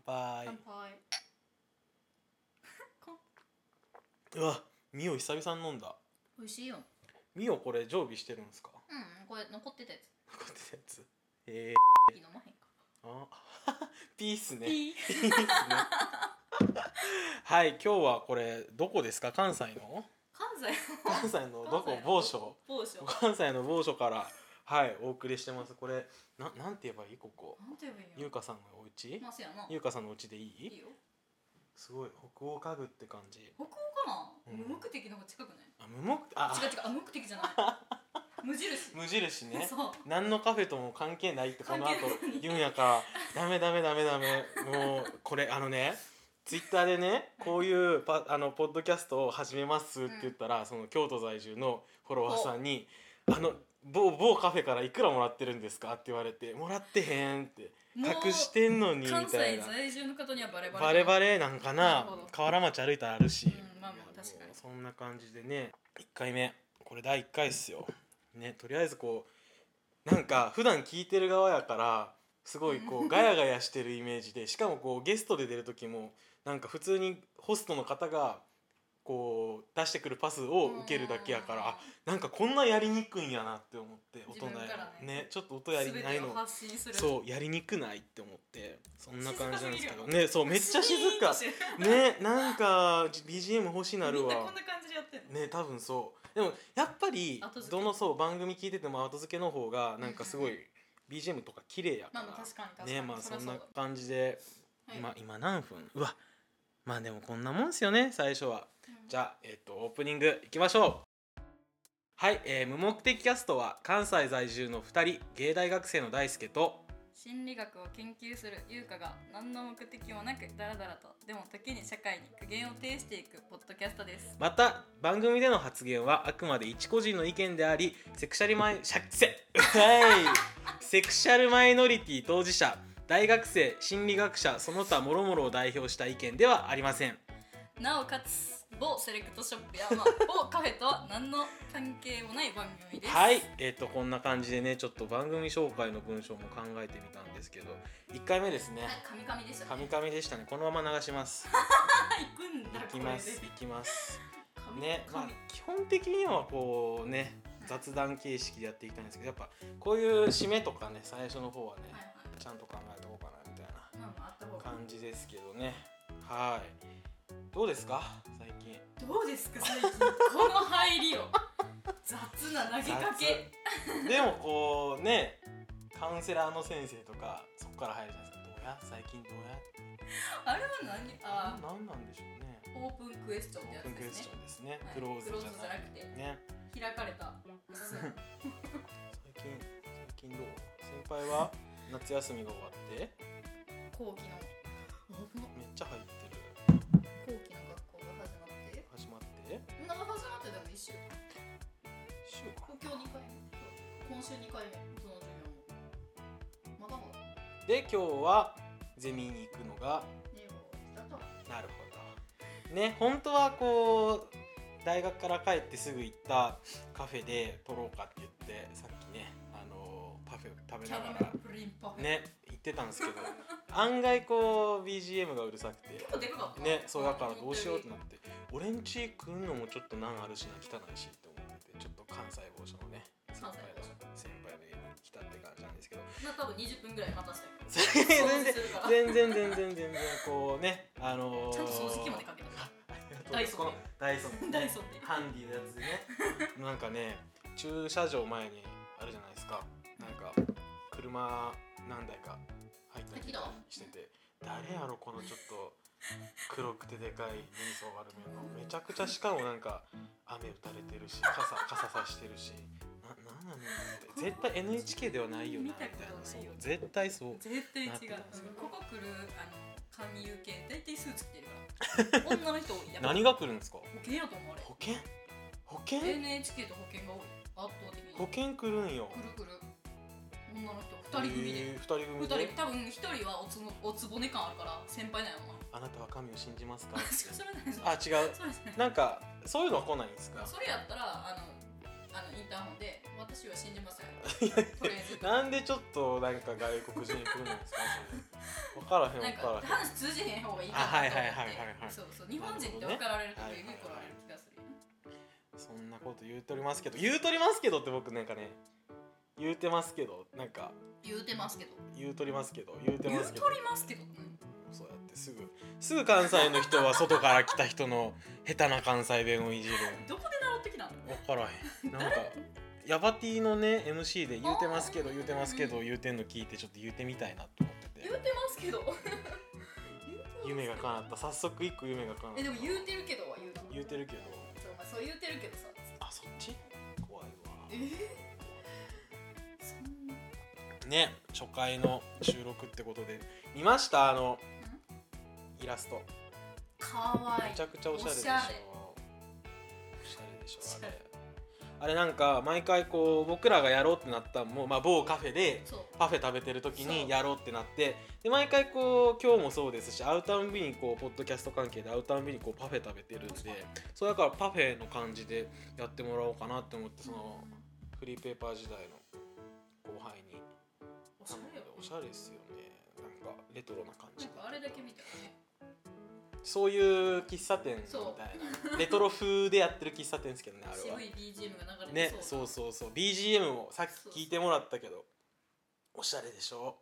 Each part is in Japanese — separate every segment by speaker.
Speaker 1: 杯
Speaker 2: 乾杯
Speaker 1: うわミオ久々に飲んだ
Speaker 2: 美味しいよ
Speaker 1: ミオこれ常備してるんですかこ
Speaker 2: うんこれ残ってたやつ
Speaker 1: うやってやつえー、
Speaker 2: いい飲まへんか
Speaker 1: あ ピースね
Speaker 2: いい
Speaker 1: ピースねはい今日はこれどこですか関西の
Speaker 2: 関西
Speaker 1: 関西のどこ
Speaker 2: 関西の
Speaker 1: 某所
Speaker 2: 某所
Speaker 1: 関西の某所からはいお送りしてますこれななんて言えばいいここ
Speaker 2: なんて言えばいいん
Speaker 1: 優
Speaker 2: や
Speaker 1: 香さんのお家
Speaker 2: まあそうやな
Speaker 1: 優香さんのお家でいい
Speaker 2: いいよ
Speaker 1: すごい北欧家具って感じ
Speaker 2: 北欧かな、
Speaker 1: うん
Speaker 2: 無目的の方が近くない
Speaker 1: あ無目あ
Speaker 2: 違う違うあ無目的じ ゃない無印
Speaker 1: 無印ね
Speaker 2: そう
Speaker 1: 何のカフェとも関係ないってこの後
Speaker 2: 関係ない
Speaker 1: 言うんやからダメダメダメダメもうこれあのねツイッターでねこういうパあのポッドキャストを始めますって言ったら、その京都在住のフォロワーさんに「あの某某カフェからいくらもらってるんですか?」って言われて「もらってへん」って
Speaker 2: もう
Speaker 1: 隠してんのにみた
Speaker 2: 関西
Speaker 1: いな。
Speaker 2: 在住の方にはバレバレ
Speaker 1: バレバレなんかな
Speaker 2: なるほど
Speaker 1: 河原町歩いたらあるし、
Speaker 2: うんまあまあ
Speaker 1: いや
Speaker 2: 確かに
Speaker 1: もうそんな感じでね1回目これ第1回っすよねとりあえずこうなんか普段聞いてる側やからすごいこ
Speaker 2: う
Speaker 1: うんガヤガヤしてるイメージでしかもこうゲストで出る時もなんか普通にホストの方がこう出してくるパスを受けるだけやからあなんかこんなやりにくいんやなって思って大人や
Speaker 2: 自分から
Speaker 1: ね
Speaker 2: ね
Speaker 1: ちょっと音
Speaker 2: うん
Speaker 1: やりない
Speaker 2: 全てを
Speaker 1: の
Speaker 2: 発信する
Speaker 1: そうやりにくないって思ってそんな感じなんですけど
Speaker 2: 静かすぎ
Speaker 1: ねそうめっちゃ静 か
Speaker 2: シーンとして
Speaker 1: ねなんか BGM 欲しなる
Speaker 2: みんなこ
Speaker 1: わ
Speaker 2: んな感じでやってんの、
Speaker 1: ね多分そうでもやっぱり
Speaker 2: 後付
Speaker 1: ど
Speaker 2: け
Speaker 1: のそう番組聞いてても後付けの方がなんかすごい BGM とか綺麗やか
Speaker 2: まあ
Speaker 1: ら
Speaker 2: まあ確かに確かに
Speaker 1: ねまあ
Speaker 2: そ
Speaker 1: そ
Speaker 2: りゃ
Speaker 1: ん
Speaker 2: そうだ
Speaker 1: な感じで
Speaker 2: はい
Speaker 1: 今今何分うわまあでもこんなもんっすよね最初は
Speaker 2: うん
Speaker 1: じゃあ、えっと、オープニングいきましょうはい、えー無目的キャストは関西在住の2人芸大学生の大輔と
Speaker 2: 心理学を研究する優香が何の目的もなくダラダラとでも時に社会に苦言を呈していくポッドキャストです
Speaker 1: また番組での発言はあくまで一個人の意見でありセクシャルマイシャセはい セクシャルマイノリティ当事者大学生心理学者その他諸々を代表した意見ではありません
Speaker 2: なおかつ某セレクトショップや、まあ、某カフェとは何の関係もない番組です
Speaker 1: はいえっ、とこんな感じでねちょっと番組紹介の文章も考えてみたんですけど1回目ですね
Speaker 2: カミカミでした
Speaker 1: カミカミでしたねこのまま流します
Speaker 2: はい行くんだ
Speaker 1: いき
Speaker 2: これで
Speaker 1: ますいきます
Speaker 2: 神
Speaker 1: ねまあ
Speaker 2: 神
Speaker 1: 基本的にはこうね雑談形式でやっていきたいんですけどやっぱこういう締めとかね最初の方はね、
Speaker 2: はいはい
Speaker 1: ちゃんと考えておこうかなみたいな
Speaker 2: まあまああった方が
Speaker 1: 感じですけどねはいどうですか最近
Speaker 2: どうですか最近この入りを雑な投げかけ
Speaker 1: 雑でもこうねカウンセラーの先生とかそこから入るじゃないですかどうや最近どうや
Speaker 2: あれは何あ
Speaker 1: 何なんでしょうね
Speaker 2: オープンクエスチョンって
Speaker 1: オー
Speaker 2: やつ
Speaker 1: プンクエ
Speaker 2: で
Speaker 1: ス
Speaker 2: す
Speaker 1: チ
Speaker 2: ね
Speaker 1: ョンですね、
Speaker 2: はい
Speaker 1: クローズじゃ
Speaker 2: クローズじゃ
Speaker 1: な
Speaker 2: ないくて
Speaker 1: ね
Speaker 2: 開かれたおすすめ
Speaker 1: 最近最近どう先輩 は夏休みが終わって
Speaker 2: 後期の後期の
Speaker 1: めっちゃ入ってる
Speaker 2: 学校が始まって
Speaker 1: 始まって
Speaker 2: なんか始まってでも一週
Speaker 1: 一週間
Speaker 2: 今日二回目今週二回目その授業もまだまだ
Speaker 1: で今日はゼミに行くのが
Speaker 2: 英語だと
Speaker 1: なるほどね本当はこう大学から帰ってすぐ行ったカフェで撮ろうかって言ってさっきねあのーパフェ食べ
Speaker 2: キ
Speaker 1: な
Speaker 2: ャ
Speaker 1: が
Speaker 2: ラメ
Speaker 1: ら
Speaker 2: ルプリンパフェ、
Speaker 1: ね行ってたんですけど 案外こう BGM がうるさくて
Speaker 2: 結構でかかった
Speaker 1: ねそうだからどうしようってなって俺んち来んのもちょっと難あるしな汚いしって思っててちょっと関西防止のね先
Speaker 2: 関
Speaker 1: 輩
Speaker 2: 西
Speaker 1: の先輩の家に来たって感じなんですけど
Speaker 2: まあ多分20分ぐらい待たせて
Speaker 1: 全然
Speaker 2: 掃除するから
Speaker 1: 全然全然全然こうねあのー、
Speaker 2: ちゃんと掃除機までかけた
Speaker 1: ありがとうござ
Speaker 2: ダ
Speaker 1: い
Speaker 2: イ
Speaker 1: ます
Speaker 2: ソ
Speaker 1: こ
Speaker 2: ン
Speaker 1: の
Speaker 2: で
Speaker 1: ダイソン
Speaker 2: ダイソンで
Speaker 1: ハンディのやつでねなんかね駐車場前にあるじゃないですかなんか車何台か入ったり出たりしてて誰やろこのちょっと黒くてでかいユニソン悪めのめちゃくちゃしかもなんか雨打たれてるし傘傘さしてるしななんなのって絶対 NHK ではないよなみたいな
Speaker 2: 見たこと
Speaker 1: そう
Speaker 2: ないよ
Speaker 1: 絶対そう
Speaker 2: 絶対違う
Speaker 1: なってますよ
Speaker 2: ここ来るあの髪受け大体スーツ着てるから女の人多いやっぱ
Speaker 1: 何が来るんですか
Speaker 2: 保険やと思うあれ
Speaker 1: 保険保険
Speaker 2: NHK と保険が多い圧倒的に
Speaker 1: 保険来るんよ
Speaker 2: くるくる女の人2人組で
Speaker 1: えー二人
Speaker 2: 2
Speaker 1: 組で
Speaker 2: 人多分1人はおつぼおつぼね感あるから先輩なんやもんな
Speaker 1: あなたは神を信じますか
Speaker 2: あそれないぞ
Speaker 1: あ違う
Speaker 2: それじゃ
Speaker 1: な
Speaker 2: ない
Speaker 1: んかそういうのは来ないんですか
Speaker 2: それやったらあのあのインターホンで私は信じませんとりあえ ず
Speaker 1: なんでちょっとなんか外国人に来るんですかそれ分からへん分
Speaker 2: なん
Speaker 1: からへん
Speaker 2: か話通じへん方がいいかなと思って、
Speaker 1: あはいはいはいはいはい
Speaker 2: そうそう日本人って分かられるとこえぐいこられる気がするよ、
Speaker 1: そんなこと言うとりますけど言うとりますけどって僕なんかね言うてますけどなんか
Speaker 2: 言うてますけど
Speaker 1: 言うとりますけど言うて
Speaker 2: 言
Speaker 1: ま
Speaker 2: う
Speaker 1: す
Speaker 2: と
Speaker 1: け
Speaker 2: り
Speaker 1: ど
Speaker 2: ますけど、うん
Speaker 1: そうやってすぐすぐ関西の人は外から来た人の下手な関西弁をいじる
Speaker 2: どこで習ってきたの
Speaker 1: 分からへんなんかヤバティのね MC で言うてますけど言うてますけど言うてんの聞いてちょっと言うてみたいなと思って
Speaker 2: 言
Speaker 1: て
Speaker 2: うてますけど
Speaker 1: 夢が叶った早速一個夢が叶った
Speaker 2: えでも言うてるけどは言うと
Speaker 1: 言うてるけど
Speaker 2: そう,、まあ、そう言うてるけどさ
Speaker 1: あそっち怖いわ
Speaker 2: えー、そんな
Speaker 1: ね初回の収録ってことで見ましたあのイラスト
Speaker 2: かわい
Speaker 1: め
Speaker 2: い
Speaker 1: ちゃくちゃおしゃれでしょ
Speaker 2: お
Speaker 1: おし
Speaker 2: しゃれ
Speaker 1: ゃれでしょ
Speaker 2: おしゃ
Speaker 1: あれ
Speaker 2: れ
Speaker 1: あれなんか毎回こう僕らがやろうってなったんも、まあ、某カフェで
Speaker 2: そう
Speaker 1: パフェ食べてる時
Speaker 2: そう
Speaker 1: にやろうってなってで毎回こう今日もそうですし会うたんびにこうポッドキャスト関係で会うたんびにこうパフェ食べてるん
Speaker 2: 確かに
Speaker 1: でそうだからパフェの感じでやってもらおうかなって思ってその
Speaker 2: うん
Speaker 1: フリーペーパー時代の後輩に
Speaker 2: おしゃれよ
Speaker 1: おしゃれですよねなんかレトロな感
Speaker 2: な
Speaker 1: じ
Speaker 2: んかあれだけ見たらね
Speaker 1: そういう喫茶店みたい
Speaker 2: そ
Speaker 1: なレトロ風でやってる喫茶店ですけどねあれは
Speaker 2: 渋い BGM が流れ
Speaker 1: ね
Speaker 2: てそう
Speaker 1: そうそうそう BGM もさっき聞いてもらったけどおしゃれでしょ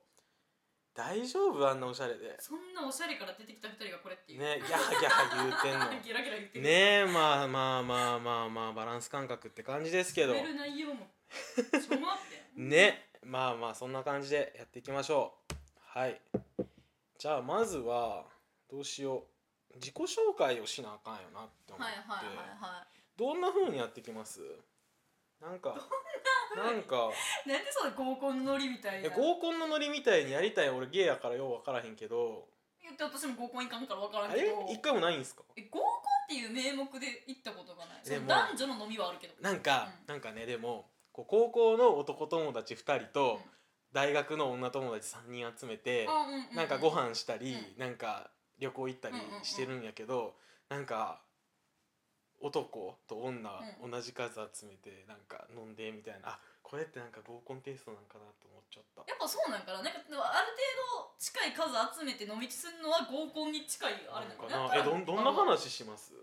Speaker 1: 大丈夫あんなおしゃれで
Speaker 2: そんなおしゃれから出てきた二人がこれっていう、
Speaker 1: ねギャーギャー言うてんの
Speaker 2: ゲラゲラ言ってる
Speaker 1: ねえまあまあまあまあまあバランス感覚って感じですけど
Speaker 2: 食べる内容もちょ待って
Speaker 1: ねまあまあそんな感じでやっていきましょうはいじゃあまずはどうしよう自己紹介をしなあかんよなって思って、
Speaker 2: はいはいは
Speaker 1: どんな風にやってきますなんかなんか
Speaker 2: いはいなんでその合コンのノリみたい
Speaker 1: い
Speaker 2: な
Speaker 1: や合コンのノリみたいにやりたい俺ゲイやからよう分からへんけど
Speaker 2: 言って私も合コン行かんから分から
Speaker 1: あ
Speaker 2: んけ
Speaker 1: れ
Speaker 2: ど
Speaker 1: 一回もないんすか
Speaker 2: え合コンっていう名目で行ったことがないそ
Speaker 1: で
Speaker 2: の
Speaker 1: も
Speaker 2: 男女の飲みはあるけど
Speaker 1: なんか、
Speaker 2: うん
Speaker 1: なんかねでもこう高校の男友達2人と、
Speaker 2: うん
Speaker 1: 大学の女友達3人集めて、
Speaker 2: あうんうん
Speaker 1: なんかご飯したり、
Speaker 2: う
Speaker 1: なんか旅行行ったり
Speaker 2: うんうんうん
Speaker 1: してるんやけど、なんか男と女
Speaker 2: う
Speaker 1: 同じ数集めてなんか飲んでみたいな、あこれってなんか合コンテイストなんかなと思っちゃった
Speaker 2: やっぱそうなんかななんかある程度近い数集めて飲み地するのは合コンに近いあれなの
Speaker 1: なん
Speaker 2: だ
Speaker 1: かなえ
Speaker 2: から
Speaker 1: どんどんな話します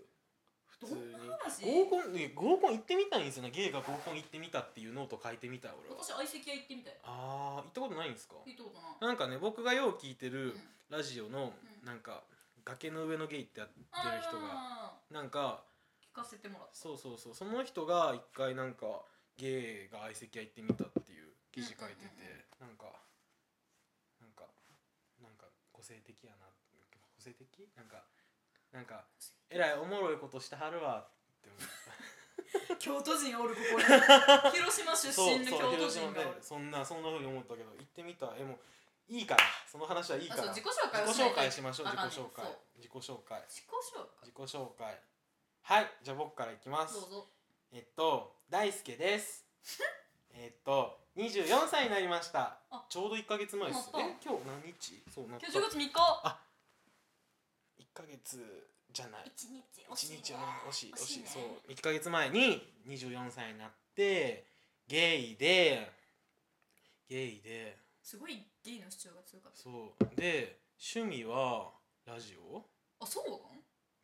Speaker 1: 普通
Speaker 2: どん
Speaker 1: に
Speaker 2: な話
Speaker 1: 合コンえ合コン行ってみたいんですよねゲイが合コン行ってみたっていうノート書いてみた俺は
Speaker 2: 私相席屋行ってみたい
Speaker 1: ああ行ったことないんですか
Speaker 2: 聞いたこと
Speaker 1: な
Speaker 2: ない
Speaker 1: んかね僕がよう聞いて
Speaker 2: うん
Speaker 1: るラジオの
Speaker 2: うん
Speaker 1: なんか崖の上のゲイってやってる人が
Speaker 2: あ
Speaker 1: なんか
Speaker 2: ー聞かせてもらった
Speaker 1: そうそうそうその人が一回なんかゲイが相席屋行ってみたっていう記事書いててなんかなんかなんか個性的やな個性的なんかなんかえらいおもろいことしてはるわって思っ
Speaker 2: 京都人おるここに 広島出
Speaker 1: た
Speaker 2: 身の京都人がお
Speaker 1: で
Speaker 2: る
Speaker 1: そんなそんなふうに思ったけど行ってみたえもういいからその話はいい
Speaker 2: あ
Speaker 1: か
Speaker 2: そう
Speaker 1: ら
Speaker 2: 自
Speaker 1: 自
Speaker 2: 己
Speaker 1: 己
Speaker 2: 紹介を
Speaker 1: 紹
Speaker 2: ない
Speaker 1: 介しましょう
Speaker 2: あ
Speaker 1: 自己紹介
Speaker 2: かんねそう
Speaker 1: 自己紹介
Speaker 2: 自己紹介
Speaker 1: 自己紹介はいじゃあ僕からいきます
Speaker 2: どうぞ
Speaker 1: えっと、大輔 です。えっと、二十四歳になりました
Speaker 2: あ。
Speaker 1: ちょうど一ヶ月前です。
Speaker 2: な
Speaker 1: え
Speaker 2: った、
Speaker 1: 今日何日？そうなった。
Speaker 2: 今日10月3日
Speaker 1: 一ヶ月じゃない。
Speaker 2: 一日
Speaker 1: 一
Speaker 2: 惜しい
Speaker 1: 日は
Speaker 2: ね
Speaker 1: ね惜しい惜しい。
Speaker 2: ね
Speaker 1: そう、一ヶ月前に二十四歳になってゲイでゲイで、
Speaker 2: すごいゲイの主張が強かった
Speaker 1: そうで趣味はラジオ。
Speaker 2: あそうなん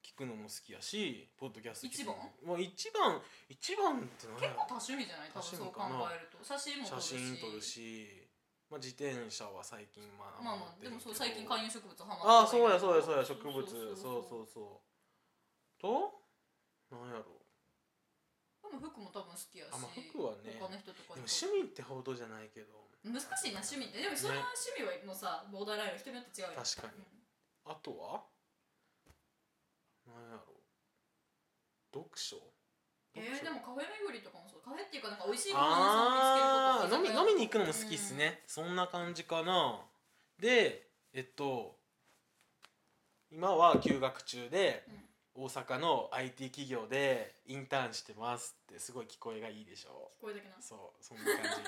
Speaker 1: 聞くのも好きやし、ポッドキャスト聞くのも
Speaker 2: 一
Speaker 1: まあ一番一番って何や
Speaker 2: 結
Speaker 1: ろ
Speaker 2: 構多趣味じゃない多分そう考
Speaker 1: 多趣味かな
Speaker 2: えると写真も撮
Speaker 1: 写
Speaker 2: るし
Speaker 1: 真撮るし、まあ、自転車は最近まあ
Speaker 2: まあまあでもそう最近観葉植物ハ
Speaker 1: ああ
Speaker 2: マって
Speaker 1: そうやそうやそうや植物そうそう
Speaker 2: う
Speaker 1: そうとなんやろ
Speaker 2: でも服も多分好きやし
Speaker 1: あまあ服はね
Speaker 2: 他の人
Speaker 1: で
Speaker 2: とか
Speaker 1: も
Speaker 2: に
Speaker 1: 趣味ってほどじゃないけど
Speaker 2: 難しいな趣味ってでもそれは趣味はもうさボーダーラインの人によって違うよ
Speaker 1: 確かに
Speaker 2: う
Speaker 1: あとはなんやろ読書
Speaker 2: んえー、でもカフェ巡りとかもそうカフェっていうかなんか美味しいご
Speaker 1: ああ
Speaker 2: 飯の
Speaker 1: 飲
Speaker 2: 見
Speaker 1: み
Speaker 2: つけるとか
Speaker 1: 飲みに行くのも好きっす、ね、そんな感じかなでえっと今は休学中で
Speaker 2: うん
Speaker 1: 大阪の IT 企業でインターンしてますってすごい聞こえがいいでしょ
Speaker 2: うんこれだけな
Speaker 1: そうそんな 感じ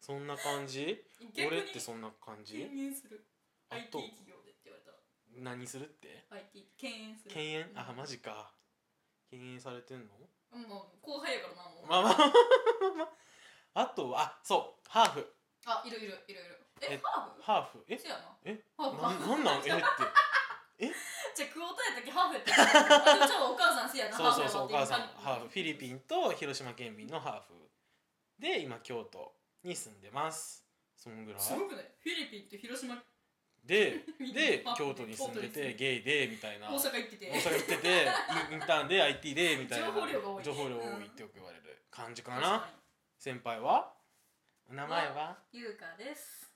Speaker 1: そんな感じ
Speaker 2: 逆
Speaker 1: 俺
Speaker 2: に
Speaker 1: ってそんな感じ
Speaker 2: 敬遠する
Speaker 1: あ
Speaker 2: IT
Speaker 1: と
Speaker 2: 企業でって言われたら
Speaker 1: 何するって
Speaker 2: IT 敬遠する
Speaker 1: 敬遠
Speaker 2: うん
Speaker 1: あマジか敬遠されてんの
Speaker 2: うん、もう後輩やからなもう、
Speaker 1: まあまああとはあそうハーフ
Speaker 2: あいるいるいるいるえ
Speaker 1: え
Speaker 2: ハーフ
Speaker 1: ハーフえ
Speaker 2: そうやな
Speaker 1: え
Speaker 2: ハ
Speaker 1: な
Speaker 2: ーフか
Speaker 1: なんなんえって
Speaker 2: じゃあクオーターやったっけハーフやったっけあでもちょっとお母さんせやな
Speaker 1: そうそうそうお
Speaker 2: ハーフや
Speaker 1: 母
Speaker 2: わ
Speaker 1: さんハーフ
Speaker 2: っ
Speaker 1: フ
Speaker 2: て
Speaker 1: ィ
Speaker 2: 言
Speaker 1: リ
Speaker 2: う
Speaker 1: ピンと広島県民のハーフで今京都に住んでますそんぐらい
Speaker 2: すごくないフィリピンと広島
Speaker 1: で
Speaker 2: 民の
Speaker 1: で
Speaker 2: ハーフ
Speaker 1: 京都に住んでてゲイでみたいな
Speaker 2: 大阪行ってて
Speaker 1: 大阪行っててイン インターンで IT でみたいな
Speaker 2: 情報量が多い
Speaker 1: 情報量多
Speaker 2: うん
Speaker 1: いってよく言われる感じか
Speaker 2: 確
Speaker 1: な
Speaker 2: かに
Speaker 1: 先輩はお名前は
Speaker 2: ゆうかです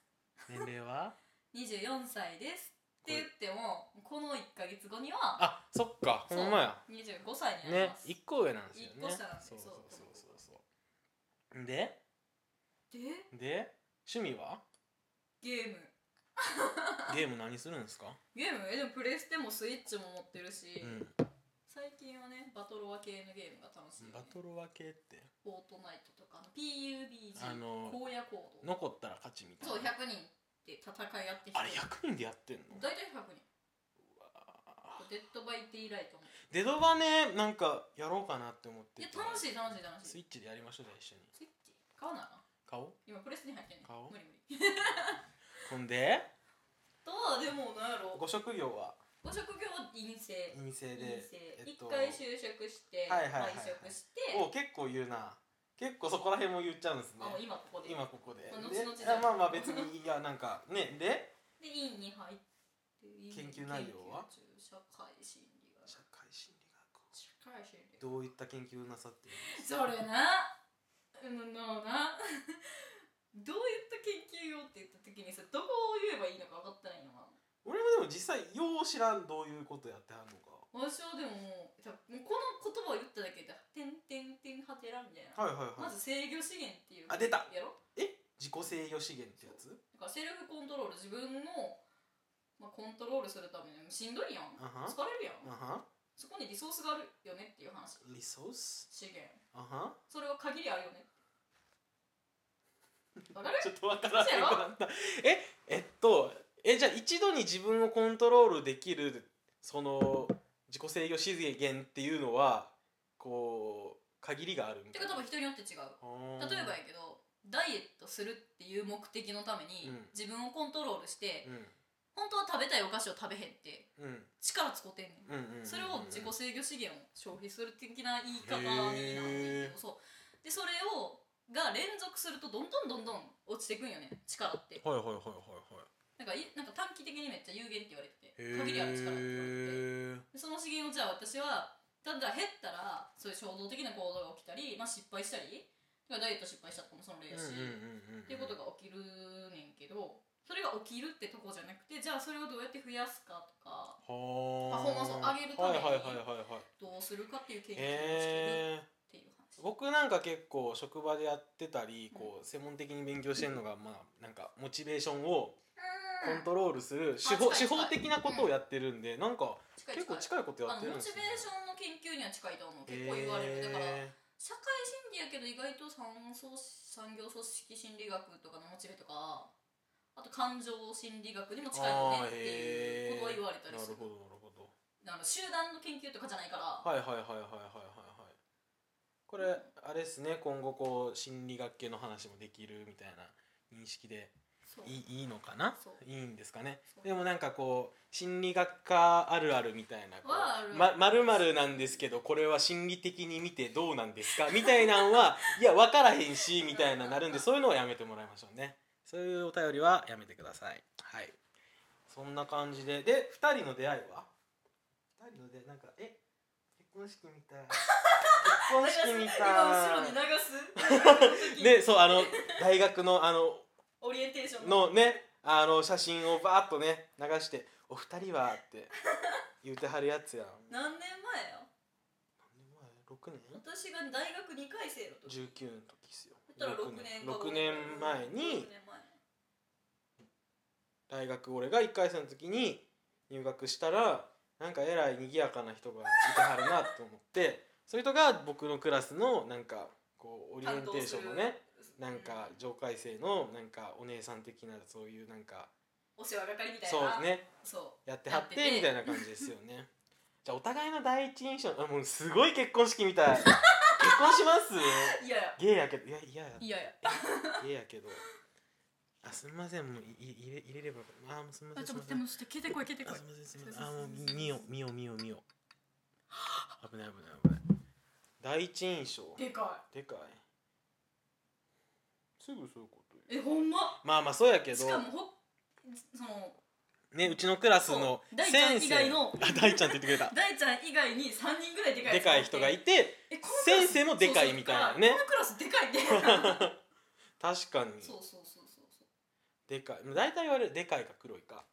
Speaker 1: 年齢は
Speaker 2: 24歳ですっ
Speaker 1: こ
Speaker 2: て
Speaker 1: れ
Speaker 2: 言ってもこの1か月後には
Speaker 1: あそっか
Speaker 2: そ
Speaker 1: ほ
Speaker 2: うん
Speaker 1: まや
Speaker 2: 25歳になり
Speaker 1: ね
Speaker 2: ます、
Speaker 1: 一個上なんですよね
Speaker 2: 一個下なんで
Speaker 1: そうそうそうそうそうで
Speaker 2: で
Speaker 1: で趣味は
Speaker 2: ゲーム
Speaker 1: ゲーム何するんですか
Speaker 2: ゲームえでもプレステもスイッチも持ってるし、
Speaker 1: うん
Speaker 2: 最近はねバトロワ系のゲームが楽しい、ね、
Speaker 1: バトル分けって
Speaker 2: フォートナイトとかあの PUBG
Speaker 1: あの
Speaker 2: 荒野行動
Speaker 1: 残ったら勝ちみたいな
Speaker 2: そう100人で戦いやってきて
Speaker 1: あれ100人でやってんの
Speaker 2: 大体100人
Speaker 1: あ
Speaker 2: デッドバイデイライトもい
Speaker 1: デドバねなんかやろうかなって思って
Speaker 2: や
Speaker 1: て
Speaker 2: 楽しい楽しい楽
Speaker 1: スイッ
Speaker 2: しい
Speaker 1: チでやりましょうじゃあ一緒に
Speaker 2: スイッチ買わなあかん
Speaker 1: 顔
Speaker 2: 今プレステに入ってんねん
Speaker 1: 買おう
Speaker 2: 無理無理
Speaker 1: ほん で
Speaker 2: とはでもなんやろ
Speaker 1: ご職業は
Speaker 2: ご職業は陰性
Speaker 1: 陰性
Speaker 2: 陰
Speaker 1: で
Speaker 2: 性
Speaker 1: えっ
Speaker 2: 一、
Speaker 1: と
Speaker 2: 回就職して、
Speaker 1: はいはいはいはい
Speaker 2: 退職して
Speaker 1: お結構言うな結構そこら辺も言っちゃうんですね
Speaker 2: あもう今ここで
Speaker 1: 今ここで
Speaker 2: まあ
Speaker 1: で
Speaker 2: 後々じゃん
Speaker 1: あまあまあ別にいやなんかねで
Speaker 2: で院に入って院
Speaker 1: 研究内容は
Speaker 2: 研究中社会心理学
Speaker 1: 社会心理学
Speaker 2: 社会心理学
Speaker 1: どういった研究をなさっているんです
Speaker 2: そ
Speaker 1: か
Speaker 2: れなうんのなどういった研究をって言った時にさどこを言えばいいのか分かったんよな
Speaker 1: 俺もでも実際よう知らんどういうことやってはんのか
Speaker 2: 私はでもたもうこの言葉を言っただけで「てんてんてんはてら」みたいな、
Speaker 1: はいはい
Speaker 2: ま
Speaker 1: はい
Speaker 2: ず制御資源っていう
Speaker 1: あ出た
Speaker 2: やろ
Speaker 1: え自己制御資源ってやつ
Speaker 2: だからセルフコントロール自分の、まあ、コントロールするためにしんどいやん
Speaker 1: あは
Speaker 2: 疲れるやん、
Speaker 1: あは
Speaker 2: そこにリソースがあるよねっていう話
Speaker 1: リソース
Speaker 2: 資源
Speaker 1: あは
Speaker 2: それは限りあるよねわかる
Speaker 1: ちょっとわからなくなったええっとえじゃあ一度に自分をコントロールできるその自己制御資源っていうのはこう限りがあるみ
Speaker 2: って
Speaker 1: たい
Speaker 2: こ
Speaker 1: な
Speaker 2: とも人によって違う
Speaker 1: あー
Speaker 2: 例えばやけどダイエットするっていう目的のために
Speaker 1: うん
Speaker 2: 自分をコントロールして、本当は食べたいお菓子を食べへんって
Speaker 1: うんうん
Speaker 2: 力使ってんねん
Speaker 1: うんうんうんうん
Speaker 2: それを自己制御資源を消費する的な言い方になってるけ
Speaker 1: へー
Speaker 2: どそうでそれをが連続するとどんどんどんどん落ちてくんよね力って
Speaker 1: はいはいはいはい
Speaker 2: なんかいなんか短期的にめっちゃ有限って言われてて
Speaker 1: はい
Speaker 2: 限りある力
Speaker 1: へ
Speaker 2: って言われてて
Speaker 1: え
Speaker 2: でその資源をじゃあ私はただ減ったらそういう衝動的な行動が起きたり、まあ、失敗したりだからダイエット失敗したとかもその例やし、っていうことが起きるねんけどそれが起きるってとこじゃなくてじゃあそれをどうやって増やすかとか
Speaker 1: はあ
Speaker 2: パフォーマンスを上げるために
Speaker 1: はいはいはいはいはい
Speaker 2: どうするかっていう研究をしてる
Speaker 1: へえ
Speaker 2: っていう話。
Speaker 1: 僕なんか結構職場でやってたりこう専門的に勉強してるのがまあなんかモチベーションをコントロールする手法
Speaker 2: あ
Speaker 1: 手
Speaker 2: 近い
Speaker 1: 法的なことをやってるんでなんか
Speaker 2: 近い
Speaker 1: 結構
Speaker 2: 近い
Speaker 1: 近いことやって
Speaker 2: あの
Speaker 1: るん
Speaker 2: モ
Speaker 1: です
Speaker 2: チ
Speaker 1: よ
Speaker 2: ベーションの研究には近いと思う結
Speaker 1: へ
Speaker 2: 構言われる、だから
Speaker 1: え
Speaker 2: 社会心理やけど意外と産総産業組織心理学とかのモチベとかあと感情心理学にも近いよねっていうことは言われたり
Speaker 1: な
Speaker 2: す
Speaker 1: る
Speaker 2: る
Speaker 1: ほどなるほど
Speaker 2: あの集団の研究とかじゃないから、
Speaker 1: はいはいはいはいはいはいはいこれあれですね今後こう心理学系の話もできるみたいな認識で
Speaker 2: そう
Speaker 1: いいいいのかな
Speaker 2: そう
Speaker 1: いいんですかね
Speaker 2: そう
Speaker 1: でもなんかこう心理学科あるあるみたいなこ
Speaker 2: はある
Speaker 1: うままるまるなんですけどこれは心理的に見てどうなんですか みたいなんはいや分からへんしみたいななるんでそういうのはやめてもらいましょうねそういうお便りはやめてくださいはいそんな感じでで2人の出会いは2人の出会いなんかえ結婚式みたい 結婚式み
Speaker 2: 今後ろに
Speaker 1: た
Speaker 2: 流す
Speaker 1: い でそうあの大学のあの
Speaker 2: オリエンテーション
Speaker 1: のねあの写真をバーッとね流して「お二人は」って言うてはるやつやん何
Speaker 2: 何年前よ
Speaker 1: 年前6年
Speaker 2: 私が大学2回生の時
Speaker 1: ?19 の時っすよ
Speaker 2: だったら6年か
Speaker 1: 6年前
Speaker 2: 六
Speaker 1: に
Speaker 2: 年
Speaker 1: 大学俺が1回生の時に入学したらなんかえらい賑やかな人がいてはるなと思ってそれとが僕のクラスのなんかこうオリエンテ
Speaker 2: 担当
Speaker 1: ー
Speaker 2: す
Speaker 1: シ
Speaker 2: る
Speaker 1: ョンのね
Speaker 2: 前
Speaker 1: なんか
Speaker 2: う
Speaker 1: 上階生のなんかお姉さん的なそういうなんか
Speaker 2: お世話係みたいな
Speaker 1: そうね
Speaker 2: そう
Speaker 1: やってはって
Speaker 2: やってて
Speaker 1: みたいな感じですよね じじゃあお互いの第一印象あもうすごい結婚式み たい結婚します
Speaker 2: いやいや
Speaker 1: ゲイやけどいやいや
Speaker 2: いやいや
Speaker 1: ゲイやけどあすみませんもういい入れ入れればよかったあもうすみませ
Speaker 2: あ
Speaker 1: ん
Speaker 2: ちょっ
Speaker 1: すみ
Speaker 2: と待って
Speaker 1: ま
Speaker 2: もうちょっと消えてこい消えて
Speaker 1: せん
Speaker 2: こ
Speaker 1: あすみませんすみま
Speaker 2: い
Speaker 1: せ
Speaker 2: ち
Speaker 1: ん
Speaker 2: ょ
Speaker 1: あもう
Speaker 2: っと待って
Speaker 1: 見よ見よ見よ 見よ危ない危ない危ない第一印象
Speaker 2: でか
Speaker 1: でかいすぐそういうこと
Speaker 2: い
Speaker 1: 言う
Speaker 2: えほんま
Speaker 1: まあまあそうやけど
Speaker 2: しかもほその
Speaker 1: ねうちのクラスの
Speaker 2: そう大ちゃん
Speaker 1: 先
Speaker 2: 以外
Speaker 1: 生
Speaker 2: の
Speaker 1: あ大ちゃんって言ってくれた
Speaker 2: 大ちゃん以外に3人ぐらい でかい
Speaker 1: でかい人がい
Speaker 2: て
Speaker 1: て先生もでかいみたいなね
Speaker 2: このクラスでかい って
Speaker 1: 確かに
Speaker 2: そうそうそうそうそう
Speaker 1: でかいまあ大体言われるでかいか黒いか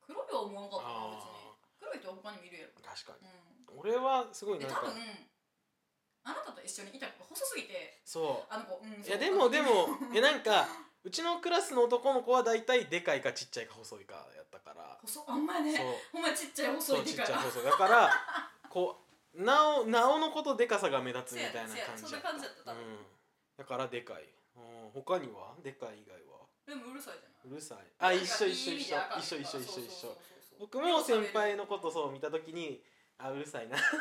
Speaker 2: 黒いは思わなかったな別に
Speaker 1: あ
Speaker 2: 黒い人は他にもいるやろ
Speaker 1: ー確かに
Speaker 2: う
Speaker 1: 俺はすごい
Speaker 2: んで
Speaker 1: なん
Speaker 2: 多
Speaker 1: か
Speaker 2: 分あなたと一緒にいた子が細すぎて
Speaker 1: そ
Speaker 2: あの子うん
Speaker 1: う
Speaker 2: そう
Speaker 1: いやでもでも えなんかうちのクラスの男の子は大体でかいかちっちゃいか細いかやったから
Speaker 2: 細あんまや
Speaker 1: そう
Speaker 2: ねほんまやちっちゃい 細
Speaker 1: そう
Speaker 2: いで
Speaker 1: ちっち
Speaker 2: か
Speaker 1: ゃ
Speaker 2: い
Speaker 1: い細いだからこうなおなおのことでかさが目立つみたいな感じやっ
Speaker 2: そうやそうやそんな感じやった
Speaker 1: た
Speaker 2: 多
Speaker 1: うん
Speaker 2: 分
Speaker 1: だからでかいうん他にはでかい以外は
Speaker 2: でもうるさいじゃないう
Speaker 1: るさいあ一緒一緒
Speaker 2: いい意味
Speaker 1: 一緒
Speaker 2: で明るいから
Speaker 1: 一緒一緒一緒一
Speaker 2: そう
Speaker 1: 緒
Speaker 2: そうそうそう
Speaker 1: 僕も先輩のことそう見た時にあうるさいな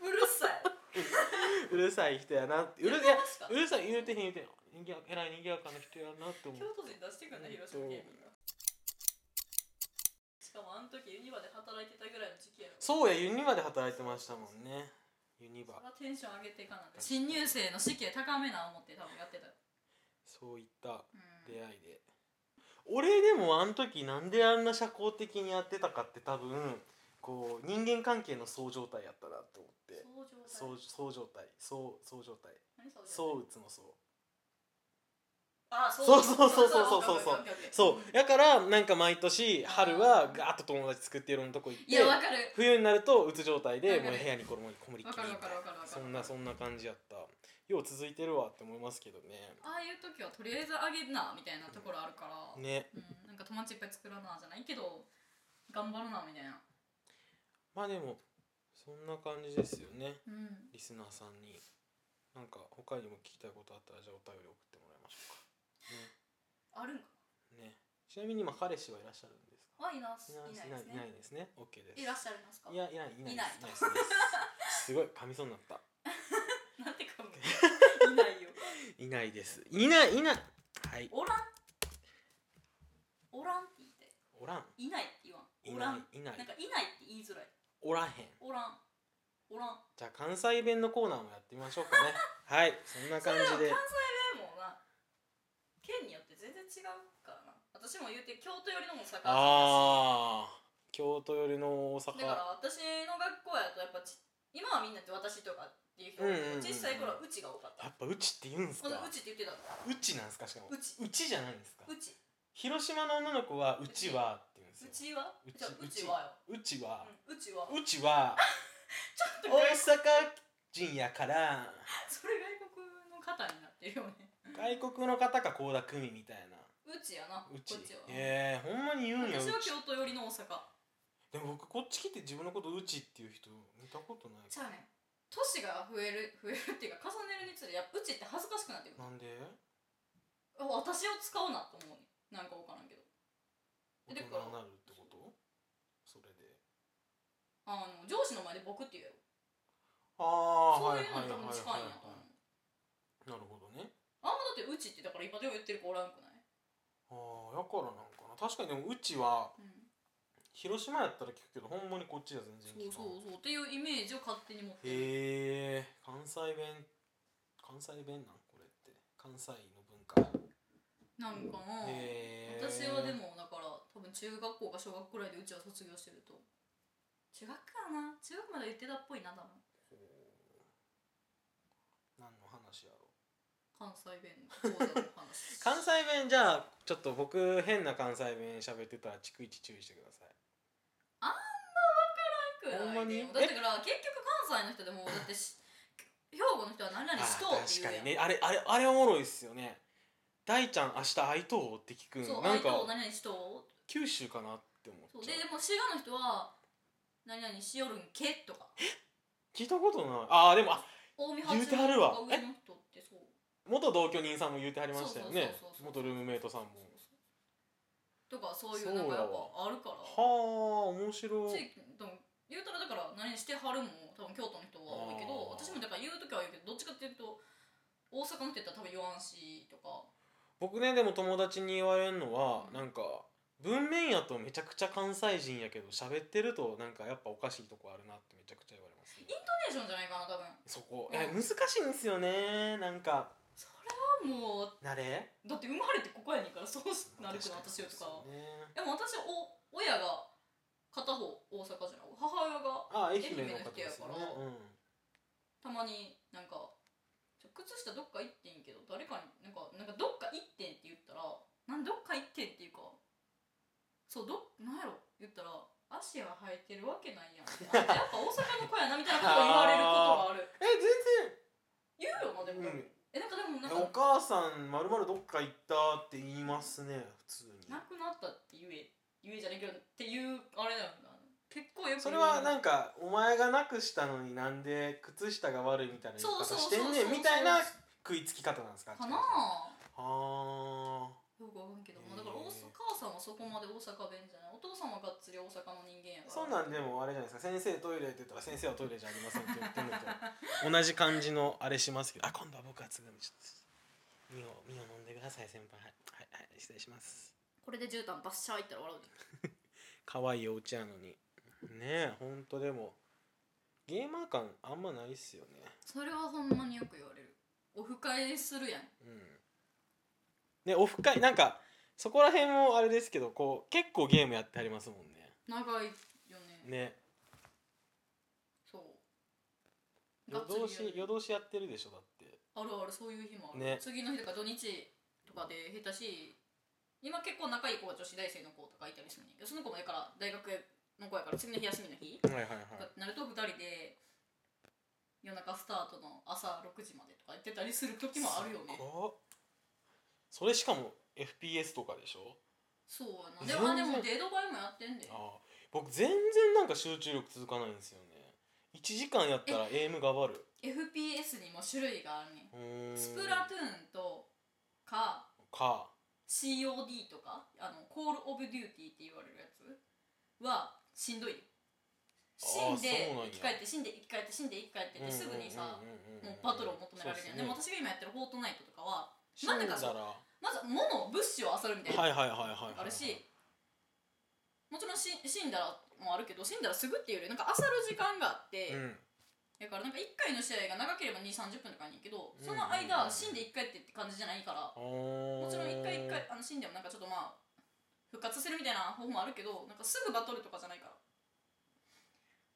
Speaker 2: うるさいう
Speaker 1: るさい人やなってうるい
Speaker 2: や
Speaker 1: や
Speaker 2: ばかった
Speaker 1: うるさい言うてへん言うてへんにぎやえらいにぎやかな人やなって思う
Speaker 2: 京都人出してくんない広島芸人がしかもあの時ユニバで働いてたぐらいの時期やろ
Speaker 1: そうやユニバで働いてましたもんねユニ
Speaker 2: そ
Speaker 1: バ
Speaker 2: れはテンション上げていかないと新入生の士気高めな思って多分やってたよ、
Speaker 1: そういった
Speaker 2: うん
Speaker 1: 出会いで俺でもあの時なんであんな社交的にやってたかって多分こう人間関係の総状態やったなって思って
Speaker 2: そう状態
Speaker 1: 総総状態総総状態
Speaker 2: 何そう
Speaker 1: 総うつの総
Speaker 2: あ
Speaker 1: そうそうそうそうそうそうそうそううだからなんか毎年春はガーッと友達作っていろんなとこ行って
Speaker 2: いやわかる
Speaker 1: 冬になるとうつ状態で
Speaker 2: わか
Speaker 1: も
Speaker 2: る
Speaker 1: う部屋にこもりこもりっきりみ
Speaker 2: わ
Speaker 1: た
Speaker 2: か
Speaker 1: い
Speaker 2: るわかるわか
Speaker 1: な
Speaker 2: る
Speaker 1: そんなそんな感じやったよう続いてるわって思いますけどね
Speaker 2: ああいう時はとりあえずあげるなみたいなところあるから、
Speaker 1: ね
Speaker 2: うん、なんか友達いっぱい作らなじゃないけど頑張るなみたいな
Speaker 1: まあでもそんな感じですよね
Speaker 2: うん
Speaker 1: リスナーさんになんか他にも聞きたいことあったらじゃあお便り送ってもらいましょ
Speaker 2: あるんか
Speaker 1: うかねねちなみに今彼氏はいらっしゃるんですか
Speaker 2: あいますいな
Speaker 1: い
Speaker 2: いです
Speaker 1: ないいない
Speaker 2: ね
Speaker 1: ですね OK です
Speaker 2: いらっしゃいますか
Speaker 1: いやいないいない
Speaker 2: い
Speaker 1: で
Speaker 2: ない
Speaker 1: すいないですいないですすごい噛みそうになった
Speaker 2: なん てかもいないよ
Speaker 1: いないですいないいないはい
Speaker 2: おらんおらんって言いたい
Speaker 1: おらん
Speaker 2: いないって言わん
Speaker 1: い
Speaker 2: おら
Speaker 1: なんいいない
Speaker 2: なんかいないって言いづらい
Speaker 1: おらへん
Speaker 2: おらんおらん
Speaker 1: じゃあ関西弁のコーナーもやってみましょう かねはいそんな
Speaker 2: そ
Speaker 1: 感
Speaker 2: れは
Speaker 1: じで
Speaker 2: 関西弁もな県によって全然違うからな私も言うて京都寄りのもんさだ
Speaker 1: ああ京都寄りの大阪
Speaker 2: から私の学校やとやっぱち今はみんなって私とかっていう人が多いけど
Speaker 1: うんうんうん
Speaker 2: 小さい頃はうちが多かった
Speaker 1: やっぱうちって言うんすか
Speaker 2: まだうちって言ってたう
Speaker 1: うちなんですかしかも
Speaker 2: ち
Speaker 1: うちじゃないんですか
Speaker 2: うち
Speaker 1: 広島の女の子はうちはって言うんです
Speaker 2: う
Speaker 1: よ
Speaker 2: ちは
Speaker 1: うち
Speaker 2: じゃあうちはよ
Speaker 1: うちは
Speaker 2: うんうち は
Speaker 1: うちは
Speaker 2: ちょっと
Speaker 1: 大
Speaker 2: 外国
Speaker 1: 阪人やから
Speaker 2: それ外国の方になってるよね
Speaker 1: 外国の方か倖田來未みたいな
Speaker 2: うちやな
Speaker 1: うち
Speaker 2: こっちは
Speaker 1: ええほんまに言うんやう
Speaker 2: 私は
Speaker 1: ち
Speaker 2: 京都寄りの大阪
Speaker 1: でも僕こっち来て自分のことうちっていう人見たことない
Speaker 2: じゃあね都市が増える増えるっていうか重ねるにつれやっぱうちって恥ずかしくなってくる
Speaker 1: なんで
Speaker 2: あ私を使うなと思うねなんか分からんけど
Speaker 1: 大
Speaker 2: え
Speaker 1: 人
Speaker 2: だ
Speaker 1: に
Speaker 2: から
Speaker 1: なるってことそれで
Speaker 2: あの上司の前で僕って言うやろ
Speaker 1: ああ
Speaker 2: そう
Speaker 1: はい
Speaker 2: い
Speaker 1: は
Speaker 2: う
Speaker 1: い
Speaker 2: の
Speaker 1: はい
Speaker 2: に多分近いんやと
Speaker 1: は
Speaker 2: 思う
Speaker 1: いなるほどね
Speaker 2: あんまだってうちってだから今でも言ってる子おらんくな
Speaker 1: ああ
Speaker 2: い
Speaker 1: だからなんかな確かにでもうちは
Speaker 2: うん
Speaker 1: 広島やったら聞くけどほんまにこっちじゃ全然聞か
Speaker 2: そ
Speaker 1: ないう
Speaker 2: そうそうっていうイメージを勝手に持ってる
Speaker 1: へえ関西弁関西弁なんこれって関西の文化
Speaker 2: なんかな
Speaker 1: へえ
Speaker 2: 私はでもだから多分中学校か小学校ぐらいでうちは卒業してると中学かな中学まで言ってたっぽいな多分
Speaker 1: ほう何の話やろ
Speaker 2: 関西弁の講座の話
Speaker 1: 関西弁じゃあちょっと僕変な関西弁喋ってたら逐一注意してください
Speaker 2: くらいで
Speaker 1: ほんまに
Speaker 2: だってから結局関西の人でもだってし兵庫の人は何々しとう
Speaker 1: あ
Speaker 2: って
Speaker 1: ー確か
Speaker 2: 言うやん、
Speaker 1: にねあれあれあれおもろいっすよね大ちゃん明日会いとうって聞くん
Speaker 2: そう
Speaker 1: なん
Speaker 2: 相手を
Speaker 1: か
Speaker 2: 何々しとう
Speaker 1: 九州かなって思
Speaker 2: そう
Speaker 1: っち
Speaker 2: で
Speaker 1: ゃう
Speaker 2: でも滋賀の人は何々しよるんけとか
Speaker 1: 聞いたことないああでもあ
Speaker 2: 近江
Speaker 1: 言うてはるわ
Speaker 2: 上の人ってそう
Speaker 1: 元同居人さんも言うてはりましたよね
Speaker 2: そうそうそうそ
Speaker 1: 元
Speaker 2: う
Speaker 1: ルームメイトさんも
Speaker 2: そうそうそうとかそうい
Speaker 1: そう
Speaker 2: う
Speaker 1: や
Speaker 2: な
Speaker 1: わ
Speaker 2: んかやっぱあるから
Speaker 1: はあ面白
Speaker 2: 地
Speaker 1: い
Speaker 2: 域でも言何してはるも多分京都の人は多いけど
Speaker 1: あー
Speaker 2: 私もだから言う時は言うけどどっちかっていうと大阪の人やったら多分言わんしとか
Speaker 1: 僕ねでも友達に言われるのは
Speaker 2: うん
Speaker 1: なんか文面やとめちゃくちゃ関西人やけど喋ってるとなんかやっぱおかしいとこあるなってめちゃくちゃ言われます、
Speaker 2: イントネーションじゃないかな多分
Speaker 1: そこ
Speaker 2: うん
Speaker 1: え難しいんですよねなんか
Speaker 2: それはもう
Speaker 1: 慣れ
Speaker 2: だって生まれてここやねんからそうなるく
Speaker 1: 確に
Speaker 2: の私よとか
Speaker 1: そうね
Speaker 2: でも私はお親が片方大阪じゃない母親
Speaker 1: あ
Speaker 2: が
Speaker 1: 愛
Speaker 2: 愛
Speaker 1: 媛
Speaker 2: 媛
Speaker 1: の
Speaker 2: の
Speaker 1: 方
Speaker 2: 方
Speaker 1: で
Speaker 2: ですす
Speaker 1: よ
Speaker 2: よ
Speaker 1: ね
Speaker 2: ねたまになんかちょ靴下どっか行ってんけど誰かになんかなんかどっか行ってんって言ったらなんどっか行ってんっていうかそうどなんやろ言ったら足が生えてるわけないやんあんたやっぱ大阪の子やなみたいなこと言われることがある
Speaker 1: え
Speaker 2: 言うよなで
Speaker 1: 全
Speaker 2: も、
Speaker 1: 然、
Speaker 2: えなんかでも
Speaker 1: う、
Speaker 2: なんん
Speaker 1: いやお
Speaker 2: か
Speaker 1: 母さんまるまるどっか行ったって言いますね普通に
Speaker 2: なくなったって言え言えじゃねえけどっていうあれだよな結構よく
Speaker 1: それはなんんかお前がなくしたのになんで靴下が悪いみたいな言い方
Speaker 2: そうそう
Speaker 1: し
Speaker 2: そう
Speaker 1: て
Speaker 2: そうん
Speaker 1: ねんみたいな食いつき方なんですか
Speaker 2: かなあ
Speaker 1: あ
Speaker 2: よくわかんけど、ま
Speaker 1: へえ
Speaker 2: あ、だからお母さんはそこまで大阪弁じゃないお父さんはがっつり大阪の人間
Speaker 1: ー
Speaker 2: や
Speaker 1: そ
Speaker 2: から
Speaker 1: んなんでもあれじゃないですか先生トイレって言ったら先生はトイレじゃありませんって言ってんのと同じ感じのあれしますけどあ今度は僕はつぐみちょっとみをみを飲んでください先輩はいはい、はい、失礼します
Speaker 2: これで絨毯バッシャーいったら笑うで
Speaker 1: 可愛いお家やのにねえほんとでもゲーマー感あんまないっすよね
Speaker 2: それはほんまによく言われるオフ会するやん
Speaker 1: うんねオフ会なんかそこら辺もあれですけどこう結構ゲームやってありますもんね
Speaker 2: 長いよね
Speaker 1: ね
Speaker 2: そう
Speaker 1: 夜
Speaker 2: が
Speaker 1: 通
Speaker 2: っつり
Speaker 1: し
Speaker 2: やる
Speaker 1: 夜通しやってるでしょだって
Speaker 2: あるあるそういう日もある、
Speaker 1: ね
Speaker 2: 次の日とか土日とかで下手し今結構仲いい子は女子大生の子とかいたりするんやけどその子もやから大学の子やから次の日休みの日
Speaker 1: はいはいはい
Speaker 2: とかってなると2人で夜中スタートの朝6時までとか言ってたりする時もあるよね
Speaker 1: すごっそれしかも FPS とかでしょ
Speaker 2: そうやなでもあでも
Speaker 1: 全
Speaker 2: デートバイもやってんで
Speaker 1: ああ僕全然なんか集中力続かないんですよね1時間やったらエイムがばる
Speaker 2: FPS にも種類があるね
Speaker 1: うーん
Speaker 2: スプラトゥーンとか
Speaker 1: か
Speaker 2: COD とかあのコール・オブ・デューティーって言われるやつはしんどいよ死
Speaker 1: そ
Speaker 2: ん
Speaker 1: うな
Speaker 2: で
Speaker 1: んや
Speaker 2: 生き返って死んで生き返って死んで生き返ってってすぐにさもうバトルを求められるやんでも私が今やってる「フォートナイト」とかは
Speaker 1: 私
Speaker 2: なんで
Speaker 1: か
Speaker 2: かそう
Speaker 1: は
Speaker 2: まず物物資を漁るみた
Speaker 1: い
Speaker 2: いな
Speaker 1: はいはいはいはい
Speaker 2: あるしもちろんし死んだらもあるけど死んだらすぐっていうよりなんか漁る時間があって、
Speaker 1: うん
Speaker 2: だからなんか1回の試合が長ければ2 3 0分とかにいいけどそ
Speaker 1: う
Speaker 2: の
Speaker 1: んうんうん
Speaker 2: 間死んで1回ってって感じじゃないからも
Speaker 1: も
Speaker 2: ちろん1回1回あの死んでもなんかちょっとまあ復活するみたいな方法もあるけどなんかすぐバトルとかじゃないから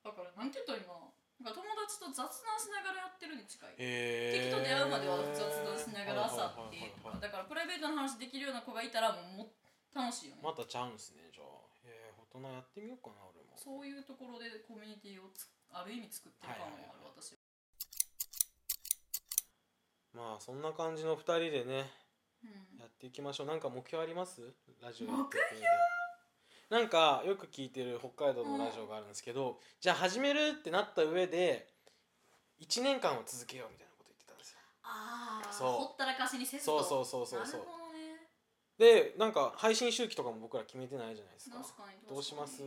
Speaker 2: だからなんて言ったらいいのかななんか友達と雑談しながらやってるに近い
Speaker 1: へ
Speaker 2: 敵
Speaker 1: ー
Speaker 2: と出会うまでは雑談しながら朝っ
Speaker 1: はいはい
Speaker 2: てと
Speaker 1: はいはい
Speaker 2: かだからプライベートの話できるような子がいたらもうも楽しいよね
Speaker 1: またチャンスねじゃあへえ大人やってみようかな俺も
Speaker 2: そういうところでコミュニティをつある意味作ってる感がある、
Speaker 1: はいはいはい
Speaker 2: 私は。
Speaker 1: まあそんな感じの2人でね
Speaker 2: うん
Speaker 1: やっていきましょうなんか目標ありますラジオ
Speaker 2: 目標
Speaker 1: やっててなんかよく聞いてる北海道のラジオがあるんですけど、じゃあ始めるってなった上で1年間は続けようみたいなこと言ってたんですよ
Speaker 2: ああ、
Speaker 1: そう
Speaker 2: ほったらかしにせず
Speaker 1: そ
Speaker 2: と。
Speaker 1: うそうそうそう
Speaker 2: な
Speaker 1: そう
Speaker 2: るほどね。
Speaker 1: でなんか配信周期とかも僕ら決めてないじゃないですか
Speaker 2: 確かに。
Speaker 1: どうします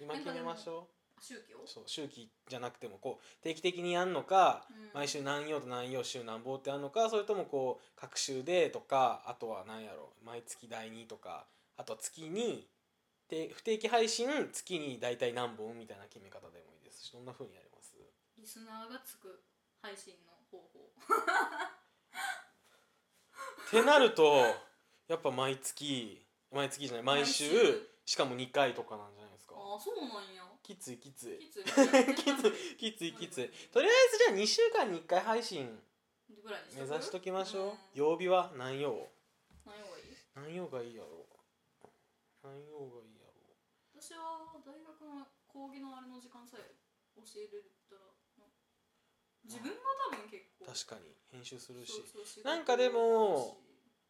Speaker 1: 今
Speaker 2: なん
Speaker 1: 決
Speaker 2: かで
Speaker 1: め
Speaker 2: も
Speaker 1: ましょ
Speaker 2: 宗教
Speaker 1: うそう周期じゃなくてもこう定期的にやんのか
Speaker 2: うん
Speaker 1: 毎週何曜と何曜週何本ってあるのかそれともこう各週でとかあとは何やろ毎月第2とかあとは月にで不定期配信月に大体何本みたいな決め方でもいいですしどんな風にやります
Speaker 2: リスナーがつく配信の方法。
Speaker 1: ってなるとやっぱ毎月毎月じゃない毎週
Speaker 2: 毎週
Speaker 1: しかも2回とかなんじゃないですか
Speaker 2: ああ、そうな んや。
Speaker 1: きついきつい
Speaker 2: きつい。
Speaker 1: きつ いきついきついとりあえずじゃあ2週間に1回配信
Speaker 2: ぐらいに
Speaker 1: 目指しときましょう
Speaker 2: よ。
Speaker 1: 曜日は何曜
Speaker 2: 何がいい。
Speaker 1: 何曜がいいやろ何曜がいいやろ
Speaker 2: 私は大学の講義のあれの時間さえ教えれたら。自分が多分結構。
Speaker 1: 確かに編集するし
Speaker 2: そうそう仕事
Speaker 1: なんかでも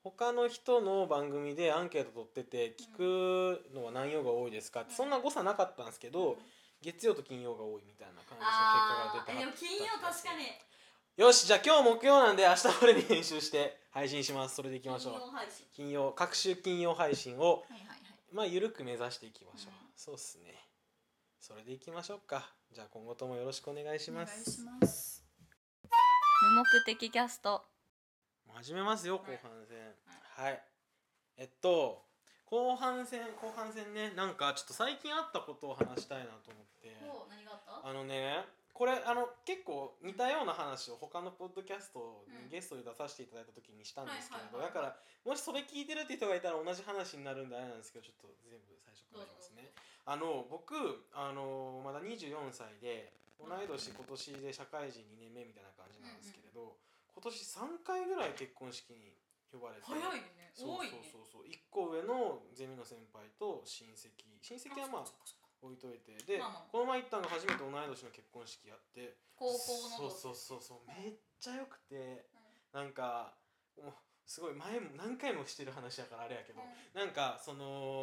Speaker 1: 他の人の番組でアンケート取ってて聞くのは何曜が多いですかってそんな誤差なかったんですけど月曜と金曜が多いみたいな感じ
Speaker 2: あ
Speaker 1: の
Speaker 2: あ
Speaker 1: 結果が出
Speaker 2: ー、
Speaker 1: た
Speaker 2: でも金曜確かに。
Speaker 1: よしじゃあ今日木曜なんで明日これに編集して配信しますそれでいきましょう
Speaker 2: 金曜配信。
Speaker 1: 金曜各週金曜配信を
Speaker 2: はいはいはい。
Speaker 1: まあ緩く目指していきましょう、
Speaker 2: うん
Speaker 1: そうっすねそれでいきましょうかじゃあ今後ともよろしくお願いし
Speaker 2: お
Speaker 1: ま
Speaker 2: 願
Speaker 1: す
Speaker 2: いします無目的キャスト
Speaker 1: もう始めますよ後
Speaker 2: はい
Speaker 1: 半戦はい、えっと後半戦後半戦ねなんかちょっと最近あったことを話したいなと思って
Speaker 2: お何があった
Speaker 1: あのねこれあの結構似たような話を他のポッドキャスト
Speaker 2: うん
Speaker 1: にゲストで出させていただいた時にしたんですけれど、
Speaker 2: はいはいはい
Speaker 1: だからもしそれ聞いてるって人がいたら同じ話になるんであれなんですけどちょっと全部最初からやりますねあの僕あのまだ24歳で同い年今年で社会人2年目みたいな感じなんですけれど、今年3回ぐらい結婚式に呼ばれて
Speaker 2: 早いよね
Speaker 1: そう
Speaker 2: 多い
Speaker 1: そ
Speaker 2: ね
Speaker 1: うそうそう1個上のゼミの先輩と親戚親戚はまあ
Speaker 2: そっかそっか
Speaker 1: 置いといてで、
Speaker 2: まあまあ
Speaker 1: この前行ったのが初めて同い年の結婚式やって
Speaker 2: 高校の
Speaker 1: そうそうそうそうめっちゃ良くて
Speaker 2: うん
Speaker 1: なんかもうすごい前も何回もしてる話やからあれやけど、
Speaker 2: う
Speaker 1: なんかそ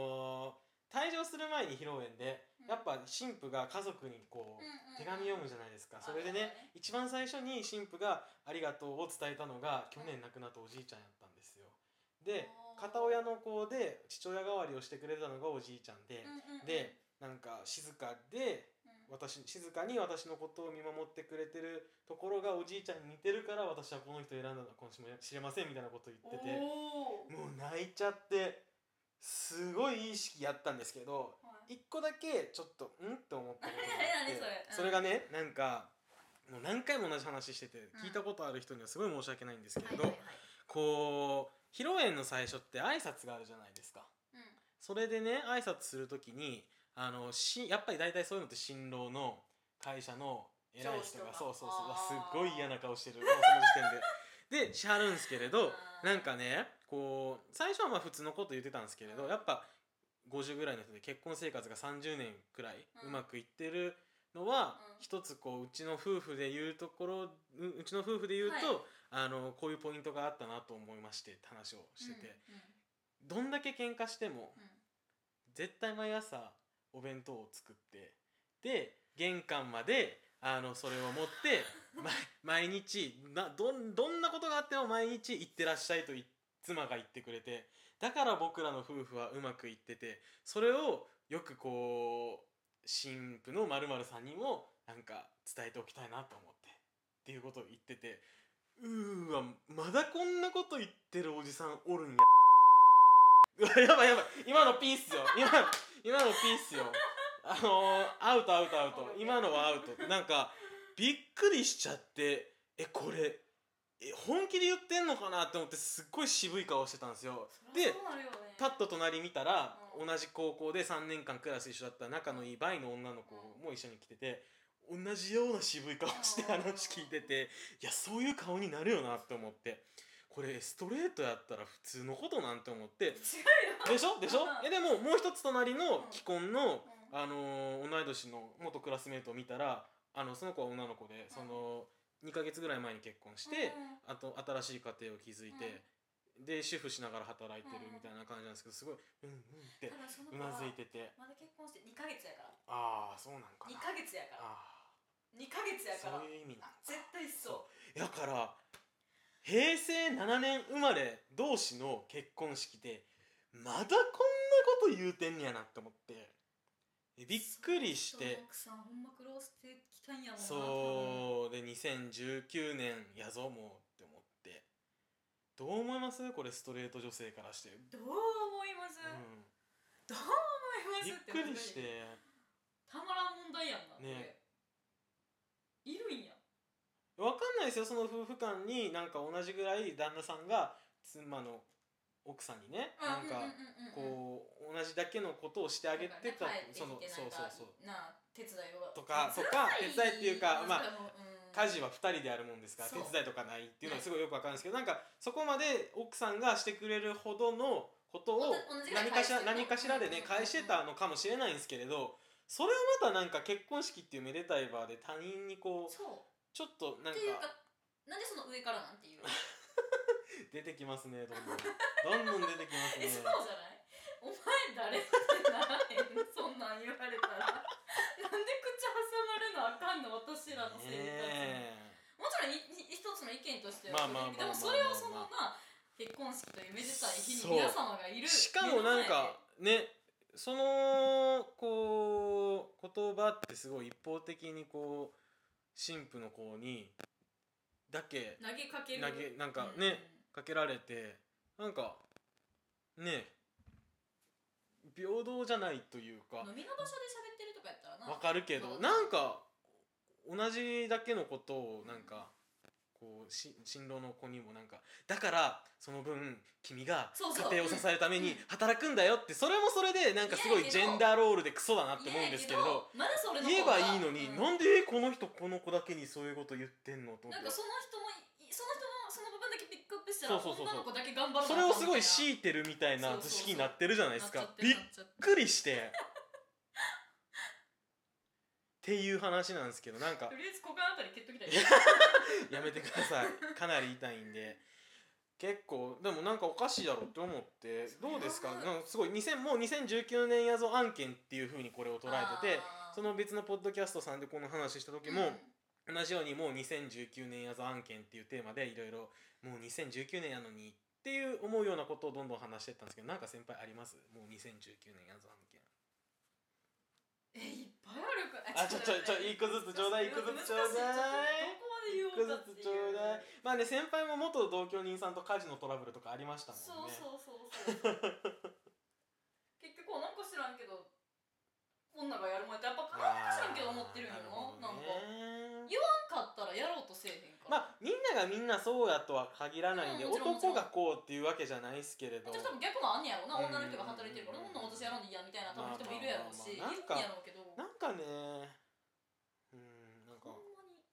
Speaker 1: の退場する前に披露宴で、
Speaker 2: うん
Speaker 1: やっぱ新婦が家族にこう、
Speaker 2: んうんうん
Speaker 1: 手紙読むじゃないですか、
Speaker 2: あ
Speaker 1: それで
Speaker 2: なる
Speaker 1: ね
Speaker 2: ほどね
Speaker 1: 一番最初に新婦が「ありがとう」を伝えたのが去年亡くなったおじいちゃんやったんですよで
Speaker 2: あー
Speaker 1: 片親の子で父親代わりをしてくれたのがおじいちゃんで、
Speaker 2: うんうんうん
Speaker 1: でなんか静かで
Speaker 2: うん
Speaker 1: 私静かに私のことを見守ってくれてるところがおじいちゃんに似てるから私はこの人選んだのかもしれませんみたいなこと言ってて
Speaker 2: おー
Speaker 1: もう泣いちゃってすごいいい式やったんですけど
Speaker 2: はい
Speaker 1: 一個だけちょっとんって思ったことがあっ
Speaker 2: 何
Speaker 1: て
Speaker 2: それうん
Speaker 1: それがねなんかもう何回も同じ話してて
Speaker 2: うん
Speaker 1: 聞いたことある人にはすごい申し訳ないんですけ
Speaker 2: はい
Speaker 1: れ
Speaker 2: はいは
Speaker 1: ど
Speaker 2: い
Speaker 1: こう披露宴の最初って挨拶があるじゃないですか。
Speaker 2: うん
Speaker 1: それでね挨拶するときにあのしやっぱり大体そういうのって新郎の会社の偉い人が
Speaker 2: 上司とか
Speaker 1: そうそうそう
Speaker 2: あー
Speaker 1: わすっごい嫌な顔してるもうその時点ででしはるんですけれど
Speaker 2: あー
Speaker 1: なんかねこう最初はまあ普通のこと言ってたんですけれ
Speaker 2: う
Speaker 1: ど
Speaker 2: ん
Speaker 1: やっぱ50ぐらいの人で結婚生活が30年くらい
Speaker 2: うん
Speaker 1: うまくいってるのは
Speaker 2: うん
Speaker 1: 一つこううちの夫婦で言うところううちの夫婦で言うと、
Speaker 2: はい
Speaker 1: あのこういうポイントがあったなと思いましてって話をしてて、
Speaker 2: うん
Speaker 1: どんだけ喧嘩しても
Speaker 2: うんうん
Speaker 1: 絶対毎朝お弁当を作ってで玄関まであのそれを持って ま毎日などんどんなことがあっても毎日行ってらっしゃいとい妻が言ってくれてだから僕らの夫婦はうまくいっててそれをよくこう新婦のまるさんにもなんか伝えておきたいなと思ってっていうことを言っててうーわまだこんなこと言ってるおじさんおるんや うわやばいやばい今のピースよ今の今のピースよあのーアウトアウトアウト今のはアウトなんかびっくりしちゃってえこれえ本気で言ってんのかなって思ってすっごい渋い顔してたんですよ
Speaker 2: そりゃ
Speaker 1: で
Speaker 2: そうなるよね
Speaker 1: パッと隣見たら、
Speaker 2: うん
Speaker 1: 同じ高校で3年間クラス一緒だった仲のいいバイの女の子も一緒に来てて同じような渋い顔して
Speaker 2: うん
Speaker 1: 話聞いてていやそういう顔になるよなって思ってこれストレートやったら普通のことなんて思って
Speaker 2: 違うよ
Speaker 1: でしょでしょ
Speaker 2: うん
Speaker 1: えでももう一つ隣の
Speaker 2: うん
Speaker 1: 既婚の、
Speaker 2: うん
Speaker 1: あのー同い年の元クラスメートを見たらあのその子は女の子でその2ヶ月ぐらい前に結婚して。
Speaker 2: うん
Speaker 1: あと新しい家庭を築いて、で主婦しながら働いてるみたいな感じなんですけどすごいうんうんって
Speaker 2: ただその
Speaker 1: う
Speaker 2: 子は
Speaker 1: なずいてて
Speaker 2: まだ結婚して2ヶ月やから
Speaker 1: ああそうなんか
Speaker 2: 2
Speaker 1: な
Speaker 2: ヶ月やから
Speaker 1: あ
Speaker 2: 2ヶ月や
Speaker 1: あ
Speaker 2: から
Speaker 1: そういう意味なんだ
Speaker 2: 絶対そ
Speaker 1: だから平成7年生まれ同士の結婚式でまだこんなこと言うてんねやなって思ってえ
Speaker 2: う
Speaker 1: びっくりして
Speaker 2: 奥さんほんま苦労してきたんやもんな
Speaker 1: そうで2019年やぞもうって思ってどう思いますこれストレート女性からして、う
Speaker 2: 多分どう思いま
Speaker 1: ん、
Speaker 2: す、どう思い
Speaker 1: びっ
Speaker 2: ますって
Speaker 1: くりして
Speaker 2: たまらん問題やんな、
Speaker 1: ね
Speaker 2: これいるんや
Speaker 1: わかんないですよその夫婦間になんか同じぐらい旦那さんが妻の奥さんにねなんかこう同じだけのことをしてあげてたそ
Speaker 2: そ
Speaker 1: の
Speaker 2: の
Speaker 1: そうそうそう
Speaker 2: なあ手伝いを
Speaker 1: とかとか手伝いっていうかまあ家事は2人でやるもんですから手
Speaker 2: そう
Speaker 1: 伝いとかないっていうのはすごいよくわかるんですけどなんかそこまで奥さんがしてくれるほどのこと
Speaker 2: 同
Speaker 1: を
Speaker 2: じ同じぐらい
Speaker 1: 何かしら
Speaker 2: 返してる
Speaker 1: 何かしらで
Speaker 2: う
Speaker 1: ね
Speaker 2: ん
Speaker 1: 返してたのかもしれないんですけれどそれをまたなんか結婚式っていうめでたい場で他人にこう
Speaker 2: そ
Speaker 1: ちょっとな
Speaker 2: うんっていう
Speaker 1: か
Speaker 2: かなんでその上からなんていう
Speaker 1: 出てきますねどんどんどんどん出てきます
Speaker 2: え
Speaker 1: ね
Speaker 2: そうじゃないお前誰ってならへんそんなん言われた らなんで口挟まれなあかんの私らの生活に、
Speaker 1: ね
Speaker 2: もちろんいい一つの意見としては
Speaker 1: まあまあ
Speaker 2: で
Speaker 1: まあまあまあ
Speaker 2: もそれをそのまあ結婚式というめでたい日に皆様がい
Speaker 1: え
Speaker 2: る
Speaker 1: しかもなんかねそのこうこ葉ってすごい一方的にこう神父の子にだけ
Speaker 2: 投げかけ
Speaker 1: 投
Speaker 2: る
Speaker 1: げなんか
Speaker 2: うん
Speaker 1: ね、かけられてなんかね平等じゃないというか
Speaker 2: 飲みの場所で喋ってるとかやったらな
Speaker 1: わかるけどなんか同じだけのことをなんかこうし新郎の子にもなんかだからその分君が
Speaker 2: そうそう
Speaker 1: 家庭を支えるため
Speaker 2: う
Speaker 1: に
Speaker 2: ん
Speaker 1: 働くんだよってそれもそれでなんかすご
Speaker 2: いや
Speaker 1: い
Speaker 2: いや
Speaker 1: ジ
Speaker 2: けど
Speaker 1: ェンダーロールでクソだなって
Speaker 2: 嫌
Speaker 1: 思うん
Speaker 2: や
Speaker 1: で
Speaker 2: け
Speaker 1: すけれど
Speaker 2: どまだそれの
Speaker 1: 言え
Speaker 2: 方が
Speaker 1: ばいいのに
Speaker 2: うん
Speaker 1: なんでこの人この子だけにそういうこと言ってんのと思っ
Speaker 2: なん
Speaker 1: て
Speaker 2: かその人もいその人のその部分だけピックアップしたら
Speaker 1: そうそうそうそう
Speaker 2: 女の子だけ頑張る
Speaker 1: そ
Speaker 2: の
Speaker 1: れ
Speaker 2: か
Speaker 1: をすごい
Speaker 2: み
Speaker 1: 強いてるみたいな図式になってるじゃない
Speaker 2: た
Speaker 1: ですか
Speaker 2: いななっちゃって
Speaker 1: びっ
Speaker 2: なっちゃって
Speaker 1: びっくりしてっていう話なんですけどなんか
Speaker 2: とりあえず股間あたり蹴っときたい
Speaker 1: いややめてくださ いかなり痛いんで結構でもなんかおかしいだろって思ってどうですかなんかすごい2000もう2019年やぞ案件っていうふうにこれを捉えてて
Speaker 2: あー
Speaker 1: その別のポッドキャストさんでこの話した時も、同じようにもう2019年やぞ案件っていうテーマでいろいろもう2019年やのにっていう思うようなことをどんどん話してったんですけどなんか先輩ありますもう2019年やぞ案件
Speaker 2: えいっぱいあるか
Speaker 1: あちょちょちょ一個ずつちょうだい一個ずつちょうだい
Speaker 2: どこまで言お
Speaker 1: 一個
Speaker 2: う
Speaker 1: ず
Speaker 2: かっていう
Speaker 1: つちょうだいまあね先輩も元同居人さんと家事のトラブルとかありましたもんね
Speaker 2: そうそうそうそう結局なんか知らんけど女がやる前ってやっぱ
Speaker 1: あー
Speaker 2: なんか知らんけど思ってるんやろな
Speaker 1: なる
Speaker 2: ん
Speaker 1: ほ
Speaker 2: か
Speaker 1: ど
Speaker 2: な
Speaker 1: ね
Speaker 2: 言かったらやろうとせえへんから、まあ、
Speaker 1: まあみんながみんなそうやとは限らないんで、
Speaker 2: うんもちろんもちろ
Speaker 1: 男
Speaker 2: ん
Speaker 1: がこうっていうわけじゃないですけれど
Speaker 2: 多分逆もあんねやろな、
Speaker 1: うん
Speaker 2: 女の人が働いてるからそんなん私やらんでいいやみたいな多分人もいるやろうし、
Speaker 1: まあまあまあまあ
Speaker 2: 言うんやろうけどほん
Speaker 1: なんかねうんなんか
Speaker 2: まに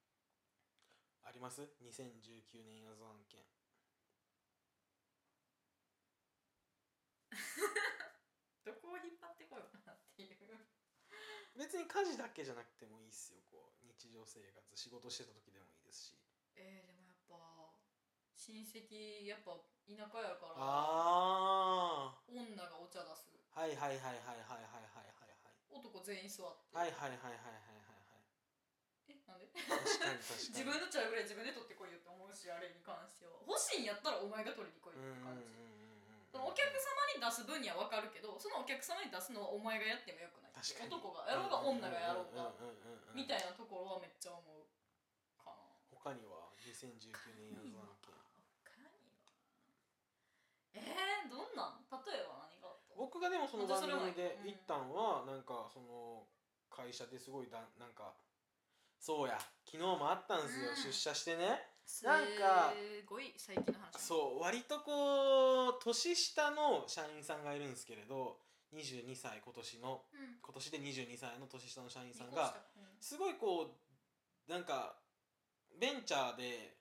Speaker 1: あります2019年謎案件
Speaker 2: どこを引っ張ってこようかなっていう
Speaker 1: 別に家事だけじゃなくてもいいっすよこう日常生活仕事してた時でもいいですし
Speaker 2: えー、でもやっぱ親戚やっぱ田舎やから
Speaker 1: あ
Speaker 2: 女がお茶出す
Speaker 1: あはいはいはいはいはいはい
Speaker 2: 男全員座って、
Speaker 1: はいはいはいはいはいはいはいはい
Speaker 2: えなんで
Speaker 1: 確かに確かに
Speaker 2: 自分のちゃうぐらい自分で取ってこいよって思うしあれに関しては欲しいんやったらお前が取りに来いって感じ、そのお客様に出す分には分かるけどそのお客様に出すのはお前がやってもよくない
Speaker 1: 確かに
Speaker 2: 男がやろうが女がやろうがみ
Speaker 1: い
Speaker 2: たいなところはめっちゃ思うかな
Speaker 1: 他には2019年やつなんけ
Speaker 2: 他にはえー、どんなん例えば何があった
Speaker 1: 僕がでもその番組で
Speaker 2: うん
Speaker 1: 一旦はなんかその会社ですごいだなんかそうや昨日もあったんですよ、
Speaker 2: うん
Speaker 1: 出社してねなんか
Speaker 2: すごい最近の話
Speaker 1: そう割とこう年下の社員さんがいるんですけれど22歳今年の
Speaker 2: う、うん、
Speaker 1: 今年で22歳の年下の社員さんが
Speaker 2: うん
Speaker 1: すごいこうなんかベンチャーで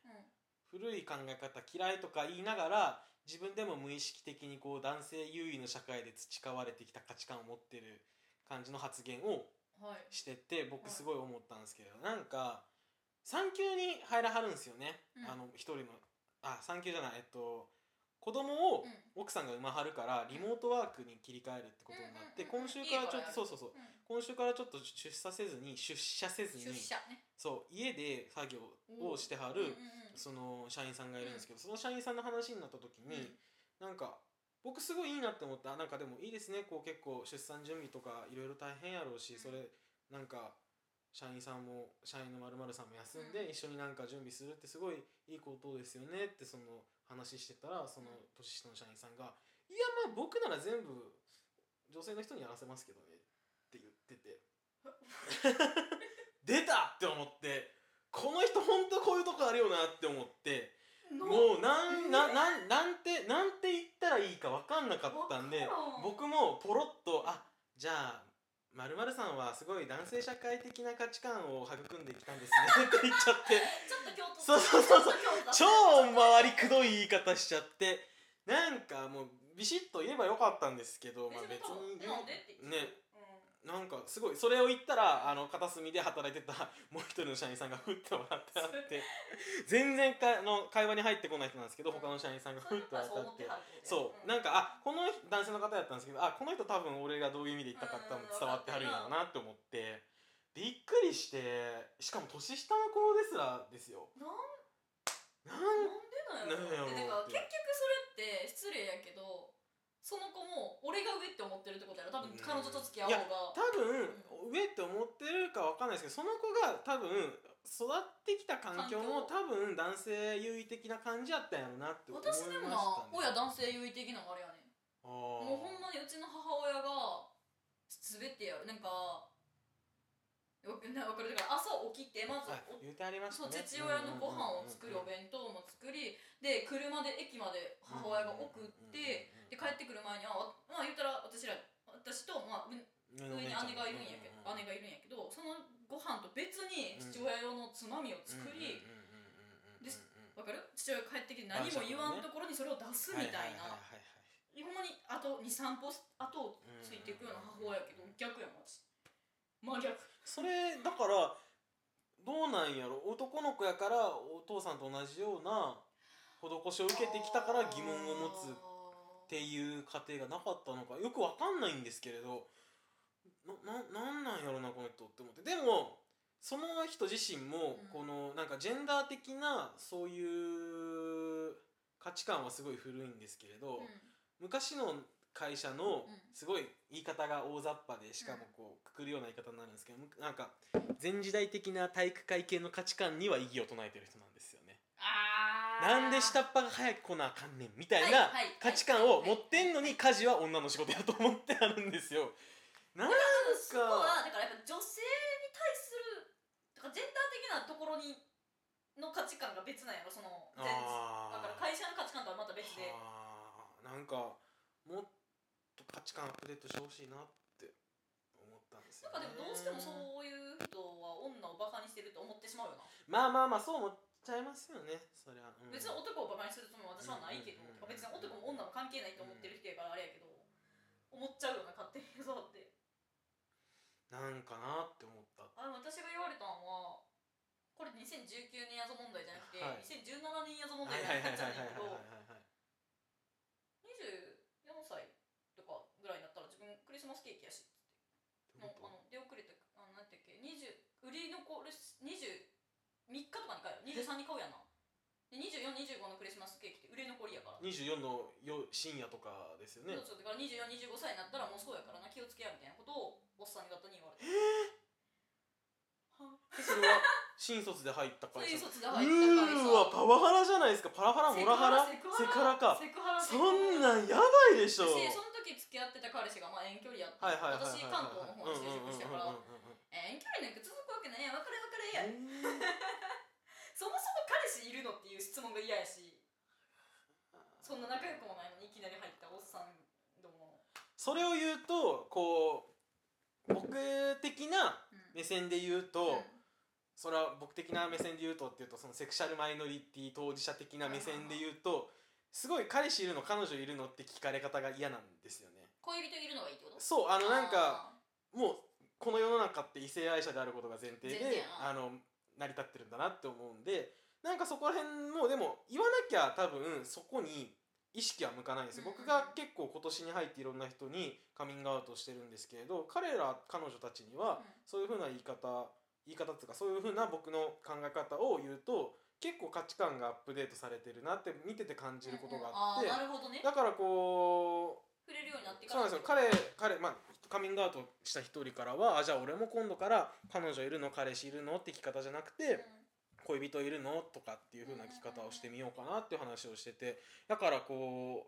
Speaker 2: うん
Speaker 1: 古い考え方嫌いとか言いながら自分でも無意識的にこう男性優位の社会で培われてきた価値観を持ってる感じの発言を
Speaker 2: はい
Speaker 1: してて
Speaker 2: は
Speaker 1: 僕
Speaker 2: い
Speaker 1: すごい思ったんですけどなんか産休に入らはるんですよね、
Speaker 2: うん
Speaker 1: あの一人のあ産休じゃないえっと子供を
Speaker 2: うん
Speaker 1: 奥さんが産まはるからリモートワークに切り替えるってことになって
Speaker 2: うんうんうんう
Speaker 1: 今
Speaker 2: ん
Speaker 1: 週からちょ
Speaker 2: いい
Speaker 1: っと
Speaker 2: からや
Speaker 1: そう
Speaker 2: る
Speaker 1: そうそう
Speaker 2: う
Speaker 1: 今週からちょっと出社せずに出社せず
Speaker 2: ん、
Speaker 1: に
Speaker 2: 出社ね
Speaker 1: そう家で作業をしては
Speaker 2: うん
Speaker 1: る
Speaker 2: うんうん
Speaker 1: その社員さんがいるんですけど、その社員さんの話になった時に、なんか僕すごいいいなって思ったあなんかでもいいですねこう結構出産準備とかいろいろ大変やろうし、
Speaker 2: うん
Speaker 1: それなんか社員さんも社員のまるさんも休んで、
Speaker 2: うん
Speaker 1: 一緒になんか準備するってすごいいいことですよねってその話してたらその年下の社員さんが「いやまあ僕なら全部女性の人にやらせますけどね」って言って て出たって思ってこの人本当こういうとこあるよなって思って。
Speaker 2: の
Speaker 1: もうなんななんなんてなんて言ったらいいか分かんなかったんで
Speaker 2: わからん
Speaker 1: 僕もポロッとあじゃあまるさんはすごい男性社会的な価値観を育んできたんですねって言っちゃって
Speaker 2: ちょっと京都
Speaker 1: そうそうそうそう
Speaker 2: ちょっと京都
Speaker 1: 超回りくどい言い方しちゃってなんかもうビシッと言えばよかったんですけど、まあ、別に
Speaker 2: えなんでって言って
Speaker 1: ね
Speaker 2: う
Speaker 1: なんかすごいそれを言ったらあの片隅で働いてたもう一人の社員さんがふって笑ってあって全然かあの会話に入ってこない人なんですけど他の社員さんが
Speaker 2: ん
Speaker 1: ふって笑ってあってそ
Speaker 2: そう
Speaker 1: なん
Speaker 2: か
Speaker 1: かあこの男性の方やったんですけどあこの人多分俺がどういう意味で言ったか多分伝わってはるんやろうなって思ってびっくりしてしかも年下の子ですらですよ
Speaker 2: なん
Speaker 1: なん
Speaker 2: なんでな
Speaker 1: な
Speaker 2: んやろ
Speaker 1: んやろ
Speaker 2: でだから
Speaker 1: っ
Speaker 2: 結
Speaker 1: て
Speaker 2: 局それって失礼やけどその子も俺が上って思ってるってことやろ多分彼女と付き合おうが
Speaker 1: 多分上って思っかわかんないですけどその子が多分育ってきた環境も多分男性優位的な感じやったんやろうなって思いまし
Speaker 2: 私
Speaker 1: たね
Speaker 2: でもな親男性優位的なのあれやね
Speaker 1: あ
Speaker 2: もうほん
Speaker 1: ー
Speaker 2: まにうちの母親が滑ってやるなんかよくなわかるだから朝起きてまず
Speaker 1: あ
Speaker 2: お
Speaker 1: 言うてありまし
Speaker 2: そ
Speaker 1: た
Speaker 2: う
Speaker 1: ね
Speaker 2: 父親のご飯を作りお弁当も作りで車で駅まで母親が送ってで帰ってくる前にあわまあ言ったら私ら私と、まあ、う
Speaker 1: 上
Speaker 2: 上に姉がいるんやけど姉がいるんやけどそのご飯と別に父親用のつまみを作りでわかる父親帰ってきて何も言わんところにそれを出すみたいなほんまにあと23歩後をついていくような母親やけど逆やん私真逆
Speaker 1: それだからどうなんやろ男の子やからお父さんと同じような施しを受けてきたから疑問を持つっていう過程がなかったのかよくわかんないんですけれどなななんなんやろなこの人って思ってでもその人自身も
Speaker 2: うん
Speaker 1: このなんかジェンダー的なそういう価値観はすごい古いんですけれど、
Speaker 2: うん
Speaker 1: 昔の会社の
Speaker 2: うん
Speaker 1: すごい言い方が大雑把でしかもこうくくるような言い方になるんですけどむなんか前時代的な体育会系の価値観には異議を唱えてる人なんですよね。
Speaker 2: あー
Speaker 1: なんで下っ端が早く来なあかんねんみたい
Speaker 2: はい
Speaker 1: な
Speaker 2: はい
Speaker 1: 価値観を持ってんのに家事は女の仕事やと思ってあるんですよ。なんか
Speaker 2: そこはだからやっぱ女性に対するだからジェンダー的なところにの価値観が別なんやろその全だから
Speaker 1: あ
Speaker 2: 会社の価値観とはまた別で
Speaker 1: ーなんかもっと価値観アップデートしてほしいなって思ったんです
Speaker 2: な
Speaker 1: よ、
Speaker 2: ん
Speaker 1: ね。
Speaker 2: かでもどうしてもそういう人は女をバカにしてると思ってしまうよな、
Speaker 1: まあまあまあそう思っちゃいますよねそりゃ、うん
Speaker 2: 別に男をバカにするつもりは私はないけど、
Speaker 1: うんうんうん
Speaker 2: 別に男も女も関係ないと思ってる人やからあれやけど思っちゃうよな勝手にそうだって
Speaker 1: なんかなって思った
Speaker 2: あでも私が言われたのはこれ2019年やぞ問題じゃなくて、
Speaker 1: はい
Speaker 2: 2017年やぞ問
Speaker 1: はい
Speaker 2: 題
Speaker 1: はい
Speaker 2: に
Speaker 1: は
Speaker 2: なっ
Speaker 1: いはい
Speaker 2: ちゃうん
Speaker 1: はい
Speaker 2: だけど
Speaker 1: はい
Speaker 2: 24歳とかぐらいになったら自分クリスマスケーキやしのあの出遅れたあのなんていうっけ20売り残るし23日とかに買える23に買うやんな2425のクリスマスケーキって売れ残りやから、
Speaker 1: 24の夜深夜とかですよね
Speaker 2: そうそうだから2425歳になったらもうそうやからな気をつけやみたいなことをおっさん方に言われたは
Speaker 1: それは新卒で入った
Speaker 2: そう
Speaker 1: 会
Speaker 2: いう
Speaker 1: 社
Speaker 2: 卒
Speaker 1: う
Speaker 2: だ
Speaker 1: ーわパワハラじゃないですかパラハラモラハラ
Speaker 2: セク
Speaker 1: セク
Speaker 2: ハ
Speaker 1: ハラ
Speaker 2: ラ
Speaker 1: か
Speaker 2: セクハラセ
Speaker 1: そ
Speaker 2: クハ
Speaker 1: んなん
Speaker 2: ラ
Speaker 1: やばいでしょ
Speaker 2: 私その時付き合ってた彼氏がまあ遠距離やって、
Speaker 1: はいはいはいはいはい
Speaker 2: 私関東の方に就職したから、
Speaker 1: うんうん
Speaker 2: えー遠距離なんか続くわけないやん別れ別
Speaker 1: うんうんう
Speaker 2: れや、
Speaker 1: んうん
Speaker 2: そもそも彼氏いるのっていう質問が嫌やしそんな仲良くもないのにいきなり入ったおっさんども、
Speaker 1: それを言うとこう僕的な目線で言うと、それは僕的な目線で言うとっていうとそのセクシャルマイノリティ当事者的な目線で言うとすごい彼氏いるの彼女いるのって聞かれ方が嫌なんですよね
Speaker 2: 恋人いるのがいいってこと
Speaker 1: そうあのなんか
Speaker 2: あ
Speaker 1: もうこの世の中って異性愛者であることが前提で
Speaker 2: 前提や
Speaker 1: あ
Speaker 2: な
Speaker 1: の成り立ってるんだなって思うんでなんかそこら辺もでも言わなきゃ多分そこに意識は向かないんですよ、
Speaker 2: うん
Speaker 1: 僕が結構今年に入っていろんな人にカミングアウトしてるんですけれど彼ら彼女たちには
Speaker 2: ー、
Speaker 1: そういうふうな言い方言い方っていうかそういうふうな僕の考え方を言うと結構価値観がアップデートされてるなって見てて感じることがあって、
Speaker 2: うんうんーなるほどね
Speaker 1: だからこ
Speaker 2: 触れるようになって
Speaker 1: う
Speaker 2: か
Speaker 1: そう
Speaker 2: ら
Speaker 1: なんですよ彼彼まあカミングアウトした一人からはあじゃあ俺も今度から彼女いるの彼氏いるのって聞き方じゃなくて、恋人いるのとかっていう風な聞き方をしてみようかなっていう話をしててだからこう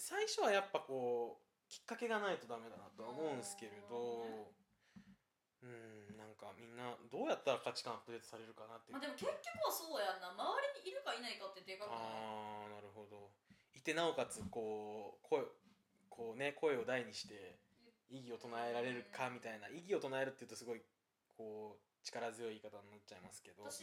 Speaker 1: 最初はやっぱこうきっかけがないとダメだなとは思うんですけれどうんなんかみんなどうやったら価値観アップデートされるかなっていう
Speaker 2: まあでも結局はそうやんな周りにいるかいないかってでかくな
Speaker 1: あ
Speaker 2: い
Speaker 1: ーなるほどいてなおかつこう声こうね声を大にして異議を唱えられるかみたいな異議を唱えるっていうとすごいこう力強い言い方になっちゃいますけど。
Speaker 2: 私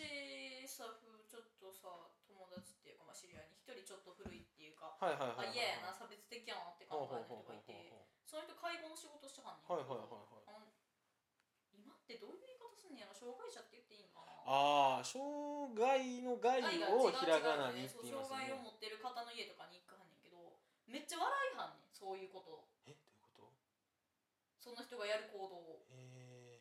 Speaker 2: さふちょっとさ友達っていうか、まあ、知り合いに一人ちょっと古いっていうか
Speaker 1: はいはいはいは
Speaker 2: あ
Speaker 1: い
Speaker 2: 嫌やな差別的やなって考
Speaker 1: ほうほうほう
Speaker 2: えの人
Speaker 1: ほう
Speaker 2: がい
Speaker 1: ほ
Speaker 2: て
Speaker 1: う
Speaker 2: その人介護の仕事してはんねんけど
Speaker 1: はいはいはいはい
Speaker 2: あの今ってどういう言い方すんねやろ障害者って言っていいんかな
Speaker 1: ああ障害の害
Speaker 2: 害が違
Speaker 1: を
Speaker 2: う違う
Speaker 1: ひらがなにって
Speaker 2: そう
Speaker 1: 言いま
Speaker 2: 障
Speaker 1: すよね
Speaker 2: 害を持ってる方の家とかに行くはんねんけどめっちゃ笑いはんねんそういうことを
Speaker 1: えどういうこと
Speaker 2: その人がやる行動を
Speaker 1: え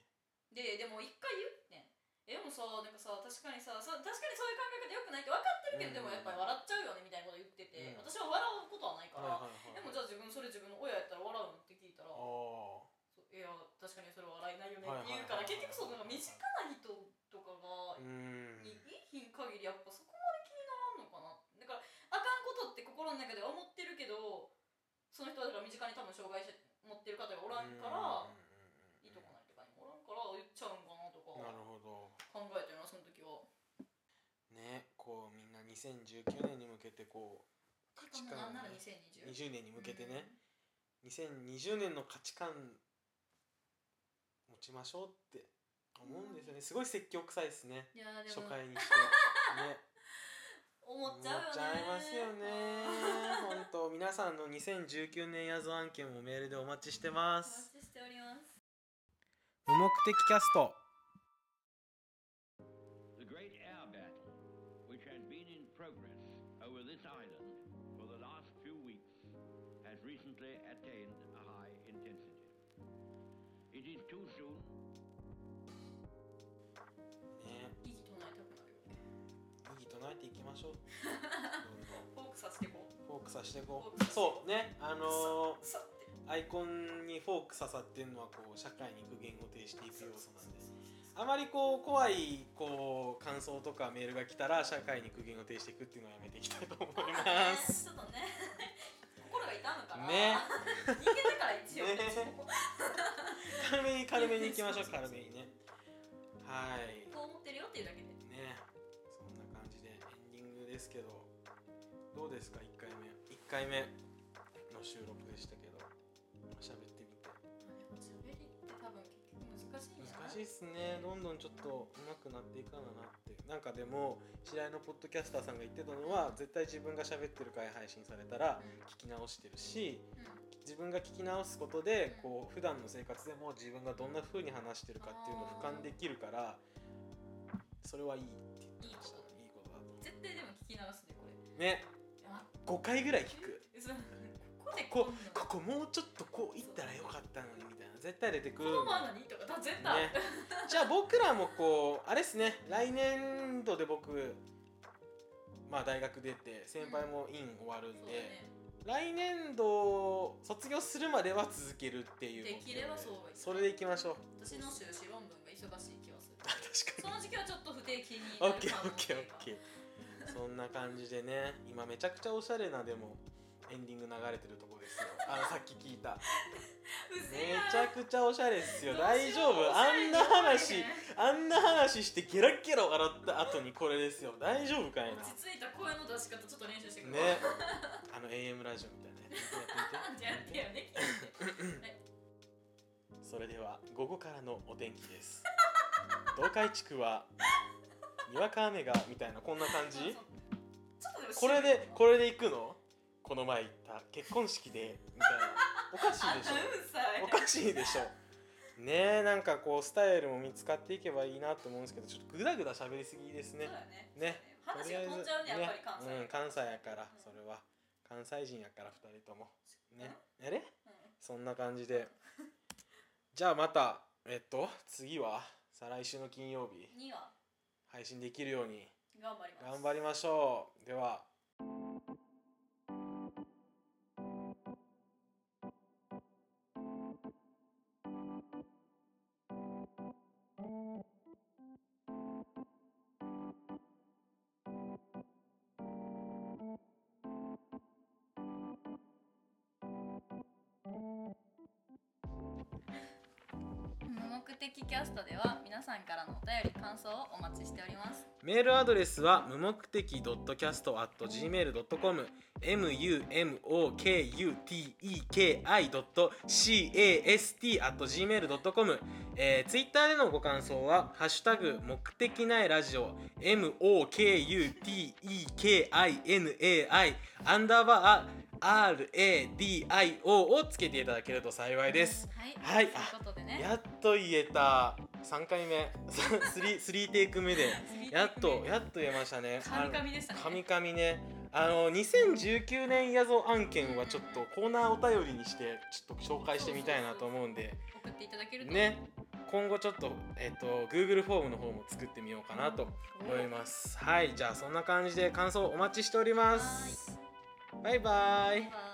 Speaker 2: ででも一回言ってんえでもさなんかさ確かにさそう確かにそういう考え方よくないって分かってるけど、
Speaker 1: うん
Speaker 2: でもやっぱり笑っちゃうよねみたいなこと言ってて、
Speaker 1: うん
Speaker 2: 私は笑うことはない
Speaker 1: ー、
Speaker 2: か
Speaker 1: はいはいはい
Speaker 2: ら、でもじゃあ自分それ自分の親やったら笑うのって聞いたら
Speaker 1: ああ
Speaker 2: そういや確かにそれは笑えないよね
Speaker 1: はい
Speaker 2: って言うか
Speaker 1: は
Speaker 2: ら、
Speaker 1: いはいはい
Speaker 2: 結局その
Speaker 1: 2019年に向けてこう価
Speaker 2: し
Speaker 1: 値
Speaker 2: かもなん
Speaker 1: 観
Speaker 2: なら2020
Speaker 1: 20年に向けてね、2020年の価値観持ちましょうって思うんですよねすごい説教臭いですね
Speaker 2: うんいやーで
Speaker 1: 初
Speaker 2: も
Speaker 1: 回にして ね
Speaker 2: 思っちゃう
Speaker 1: 思
Speaker 2: よね
Speaker 1: っちゃいますよね
Speaker 2: うん
Speaker 1: 本当皆さんの2019年謎案件もメールでお待ちしてま
Speaker 2: お
Speaker 1: す
Speaker 2: 待ちしております
Speaker 1: 無目的キャスト
Speaker 3: The great air battle, which had been in progress over this island for the last few weeks, has recently attained a high intensity. It is too soon
Speaker 1: ね
Speaker 2: 息止まりたくなる
Speaker 1: 麦唱えていきま しょうど
Speaker 2: フォークさせてこうん
Speaker 1: どんフォークさしていこ
Speaker 2: フォー
Speaker 1: う
Speaker 2: ク
Speaker 1: そうねあの
Speaker 2: さって
Speaker 1: ーアイコンにフォーク刺さってるのはこう社会に具言語呈していく要素なんですあまりこう怖いこう感想とかメールが来たら社会に具言語呈していくっていうのはやめていきたいと思います
Speaker 2: ちょっとね心が痛むから
Speaker 1: ね
Speaker 2: 人間だから一応
Speaker 1: ね
Speaker 2: ね
Speaker 1: 軽めに軽めにいきましょう軽めにねはい
Speaker 2: こう思ってるよっていうだけで
Speaker 1: ねそんな感じでエンディングですけどどうですか1回目1回目の収録でしたけど喋ってみて
Speaker 2: 喋りって多分結局難しいんじゃない
Speaker 1: 難しいっすねどんどんちょっと上手くなっていかななってなんかでも知り合いのポッドキャスターさんが言ってたのは絶対自分が喋ってる回配信されたら聞き直してるし
Speaker 2: うんうん
Speaker 1: 自分が聞き直すことでこう普段の生活でも自分がどんな風に話してるかっていうのを俯瞰できるからそれはいいって言ってましたいいことだと
Speaker 2: 絶対でも聞き流すねこれ
Speaker 1: ね
Speaker 2: あ
Speaker 1: 5回ぐらい聞く
Speaker 2: そうここで
Speaker 1: こ
Speaker 2: こんな
Speaker 1: ここもうちょっとこう行ったらよかったのにみたいな絶対出てく
Speaker 2: こ
Speaker 1: る
Speaker 2: の
Speaker 1: ね
Speaker 2: 前何とかだ絶対、
Speaker 1: じゃあ僕らもこうあれっすね来年度で僕まあ大学出て先輩も院終わる
Speaker 2: そ
Speaker 1: ん
Speaker 2: う
Speaker 1: で、
Speaker 2: だね
Speaker 1: 来年度卒業するまでは続けるっていう目標
Speaker 2: できればそうがいい
Speaker 1: それでいきましょう
Speaker 2: 私の修士論文が忙しい気はする
Speaker 1: 確
Speaker 2: そ
Speaker 1: かに
Speaker 2: の時期はちょっと不定期に
Speaker 1: OKOKOK、そんな感じでね今めちゃくちゃおしゃれなでもエンディング流れてるとこですよあのさっき聞いためちゃくちゃおしゃれっすよ大丈夫あんな話あんな話してゲラゲラ笑った後にこれですよ大丈夫かいな
Speaker 2: 落ち着いた声の出し方ちょっと練習してくる
Speaker 1: ねあの AM ラジオみたいなやつ
Speaker 2: なんで
Speaker 1: や
Speaker 2: や
Speaker 1: って
Speaker 2: っ
Speaker 1: み
Speaker 2: て
Speaker 1: て
Speaker 2: よね聞いて
Speaker 1: それでは午後からのお天気です東海地区はにわか雨がみたいなこんな感
Speaker 2: そう
Speaker 1: じ
Speaker 2: そうちょっとでも
Speaker 1: これでこれで行くのこの前行った結婚式でみたいなおかしいでしょ
Speaker 2: うんさい
Speaker 1: おかしいでしょねえなんかこうスタイルも見つかっていけばいいなと思うんですけどちょっとグダグダ喋りすぎですね
Speaker 2: そうだね
Speaker 1: ねと
Speaker 2: 話
Speaker 1: りあえ
Speaker 2: が
Speaker 1: ず
Speaker 2: 飛んじゃうねやっぱり関西
Speaker 1: うん、関西やから
Speaker 2: うん
Speaker 1: それは関西人やから2人ともねあれ
Speaker 2: うん
Speaker 1: そんな感じで じゃあまたえっと次は再来週の金曜日
Speaker 2: には
Speaker 1: 配信できるように
Speaker 2: 頑張ります
Speaker 1: 頑張りましょうでは
Speaker 2: 無目的キャストでは皆さんからのお便り感想をお待ちしております
Speaker 1: メールアドレスは無目的 .cast.gmail.com mumokuteki.cast.gmail.com えー、ツイッターでのご感想は「ハッシュタグ目的ないラジオ」mokutekinai アンダーバー RADIO をつけていただけると幸いです。は
Speaker 2: はい、
Speaker 1: い
Speaker 2: ということでね
Speaker 1: やっと言えた3回目 3, 3テイク目でやっとやっと言えましたね
Speaker 2: カミカミでしたね
Speaker 1: あのカミカミねあの2019年やぞ案件はちょっとコーナーお便りにしてちょっと紹介してみたいなと思うんで
Speaker 2: 送っていただけると
Speaker 1: ね今後ちょっと,、えっと Google フォームの方も作ってみようかなと思いますはいじゃあそんな感じで感想お待ちしておりますバイバイ
Speaker 2: バイバイ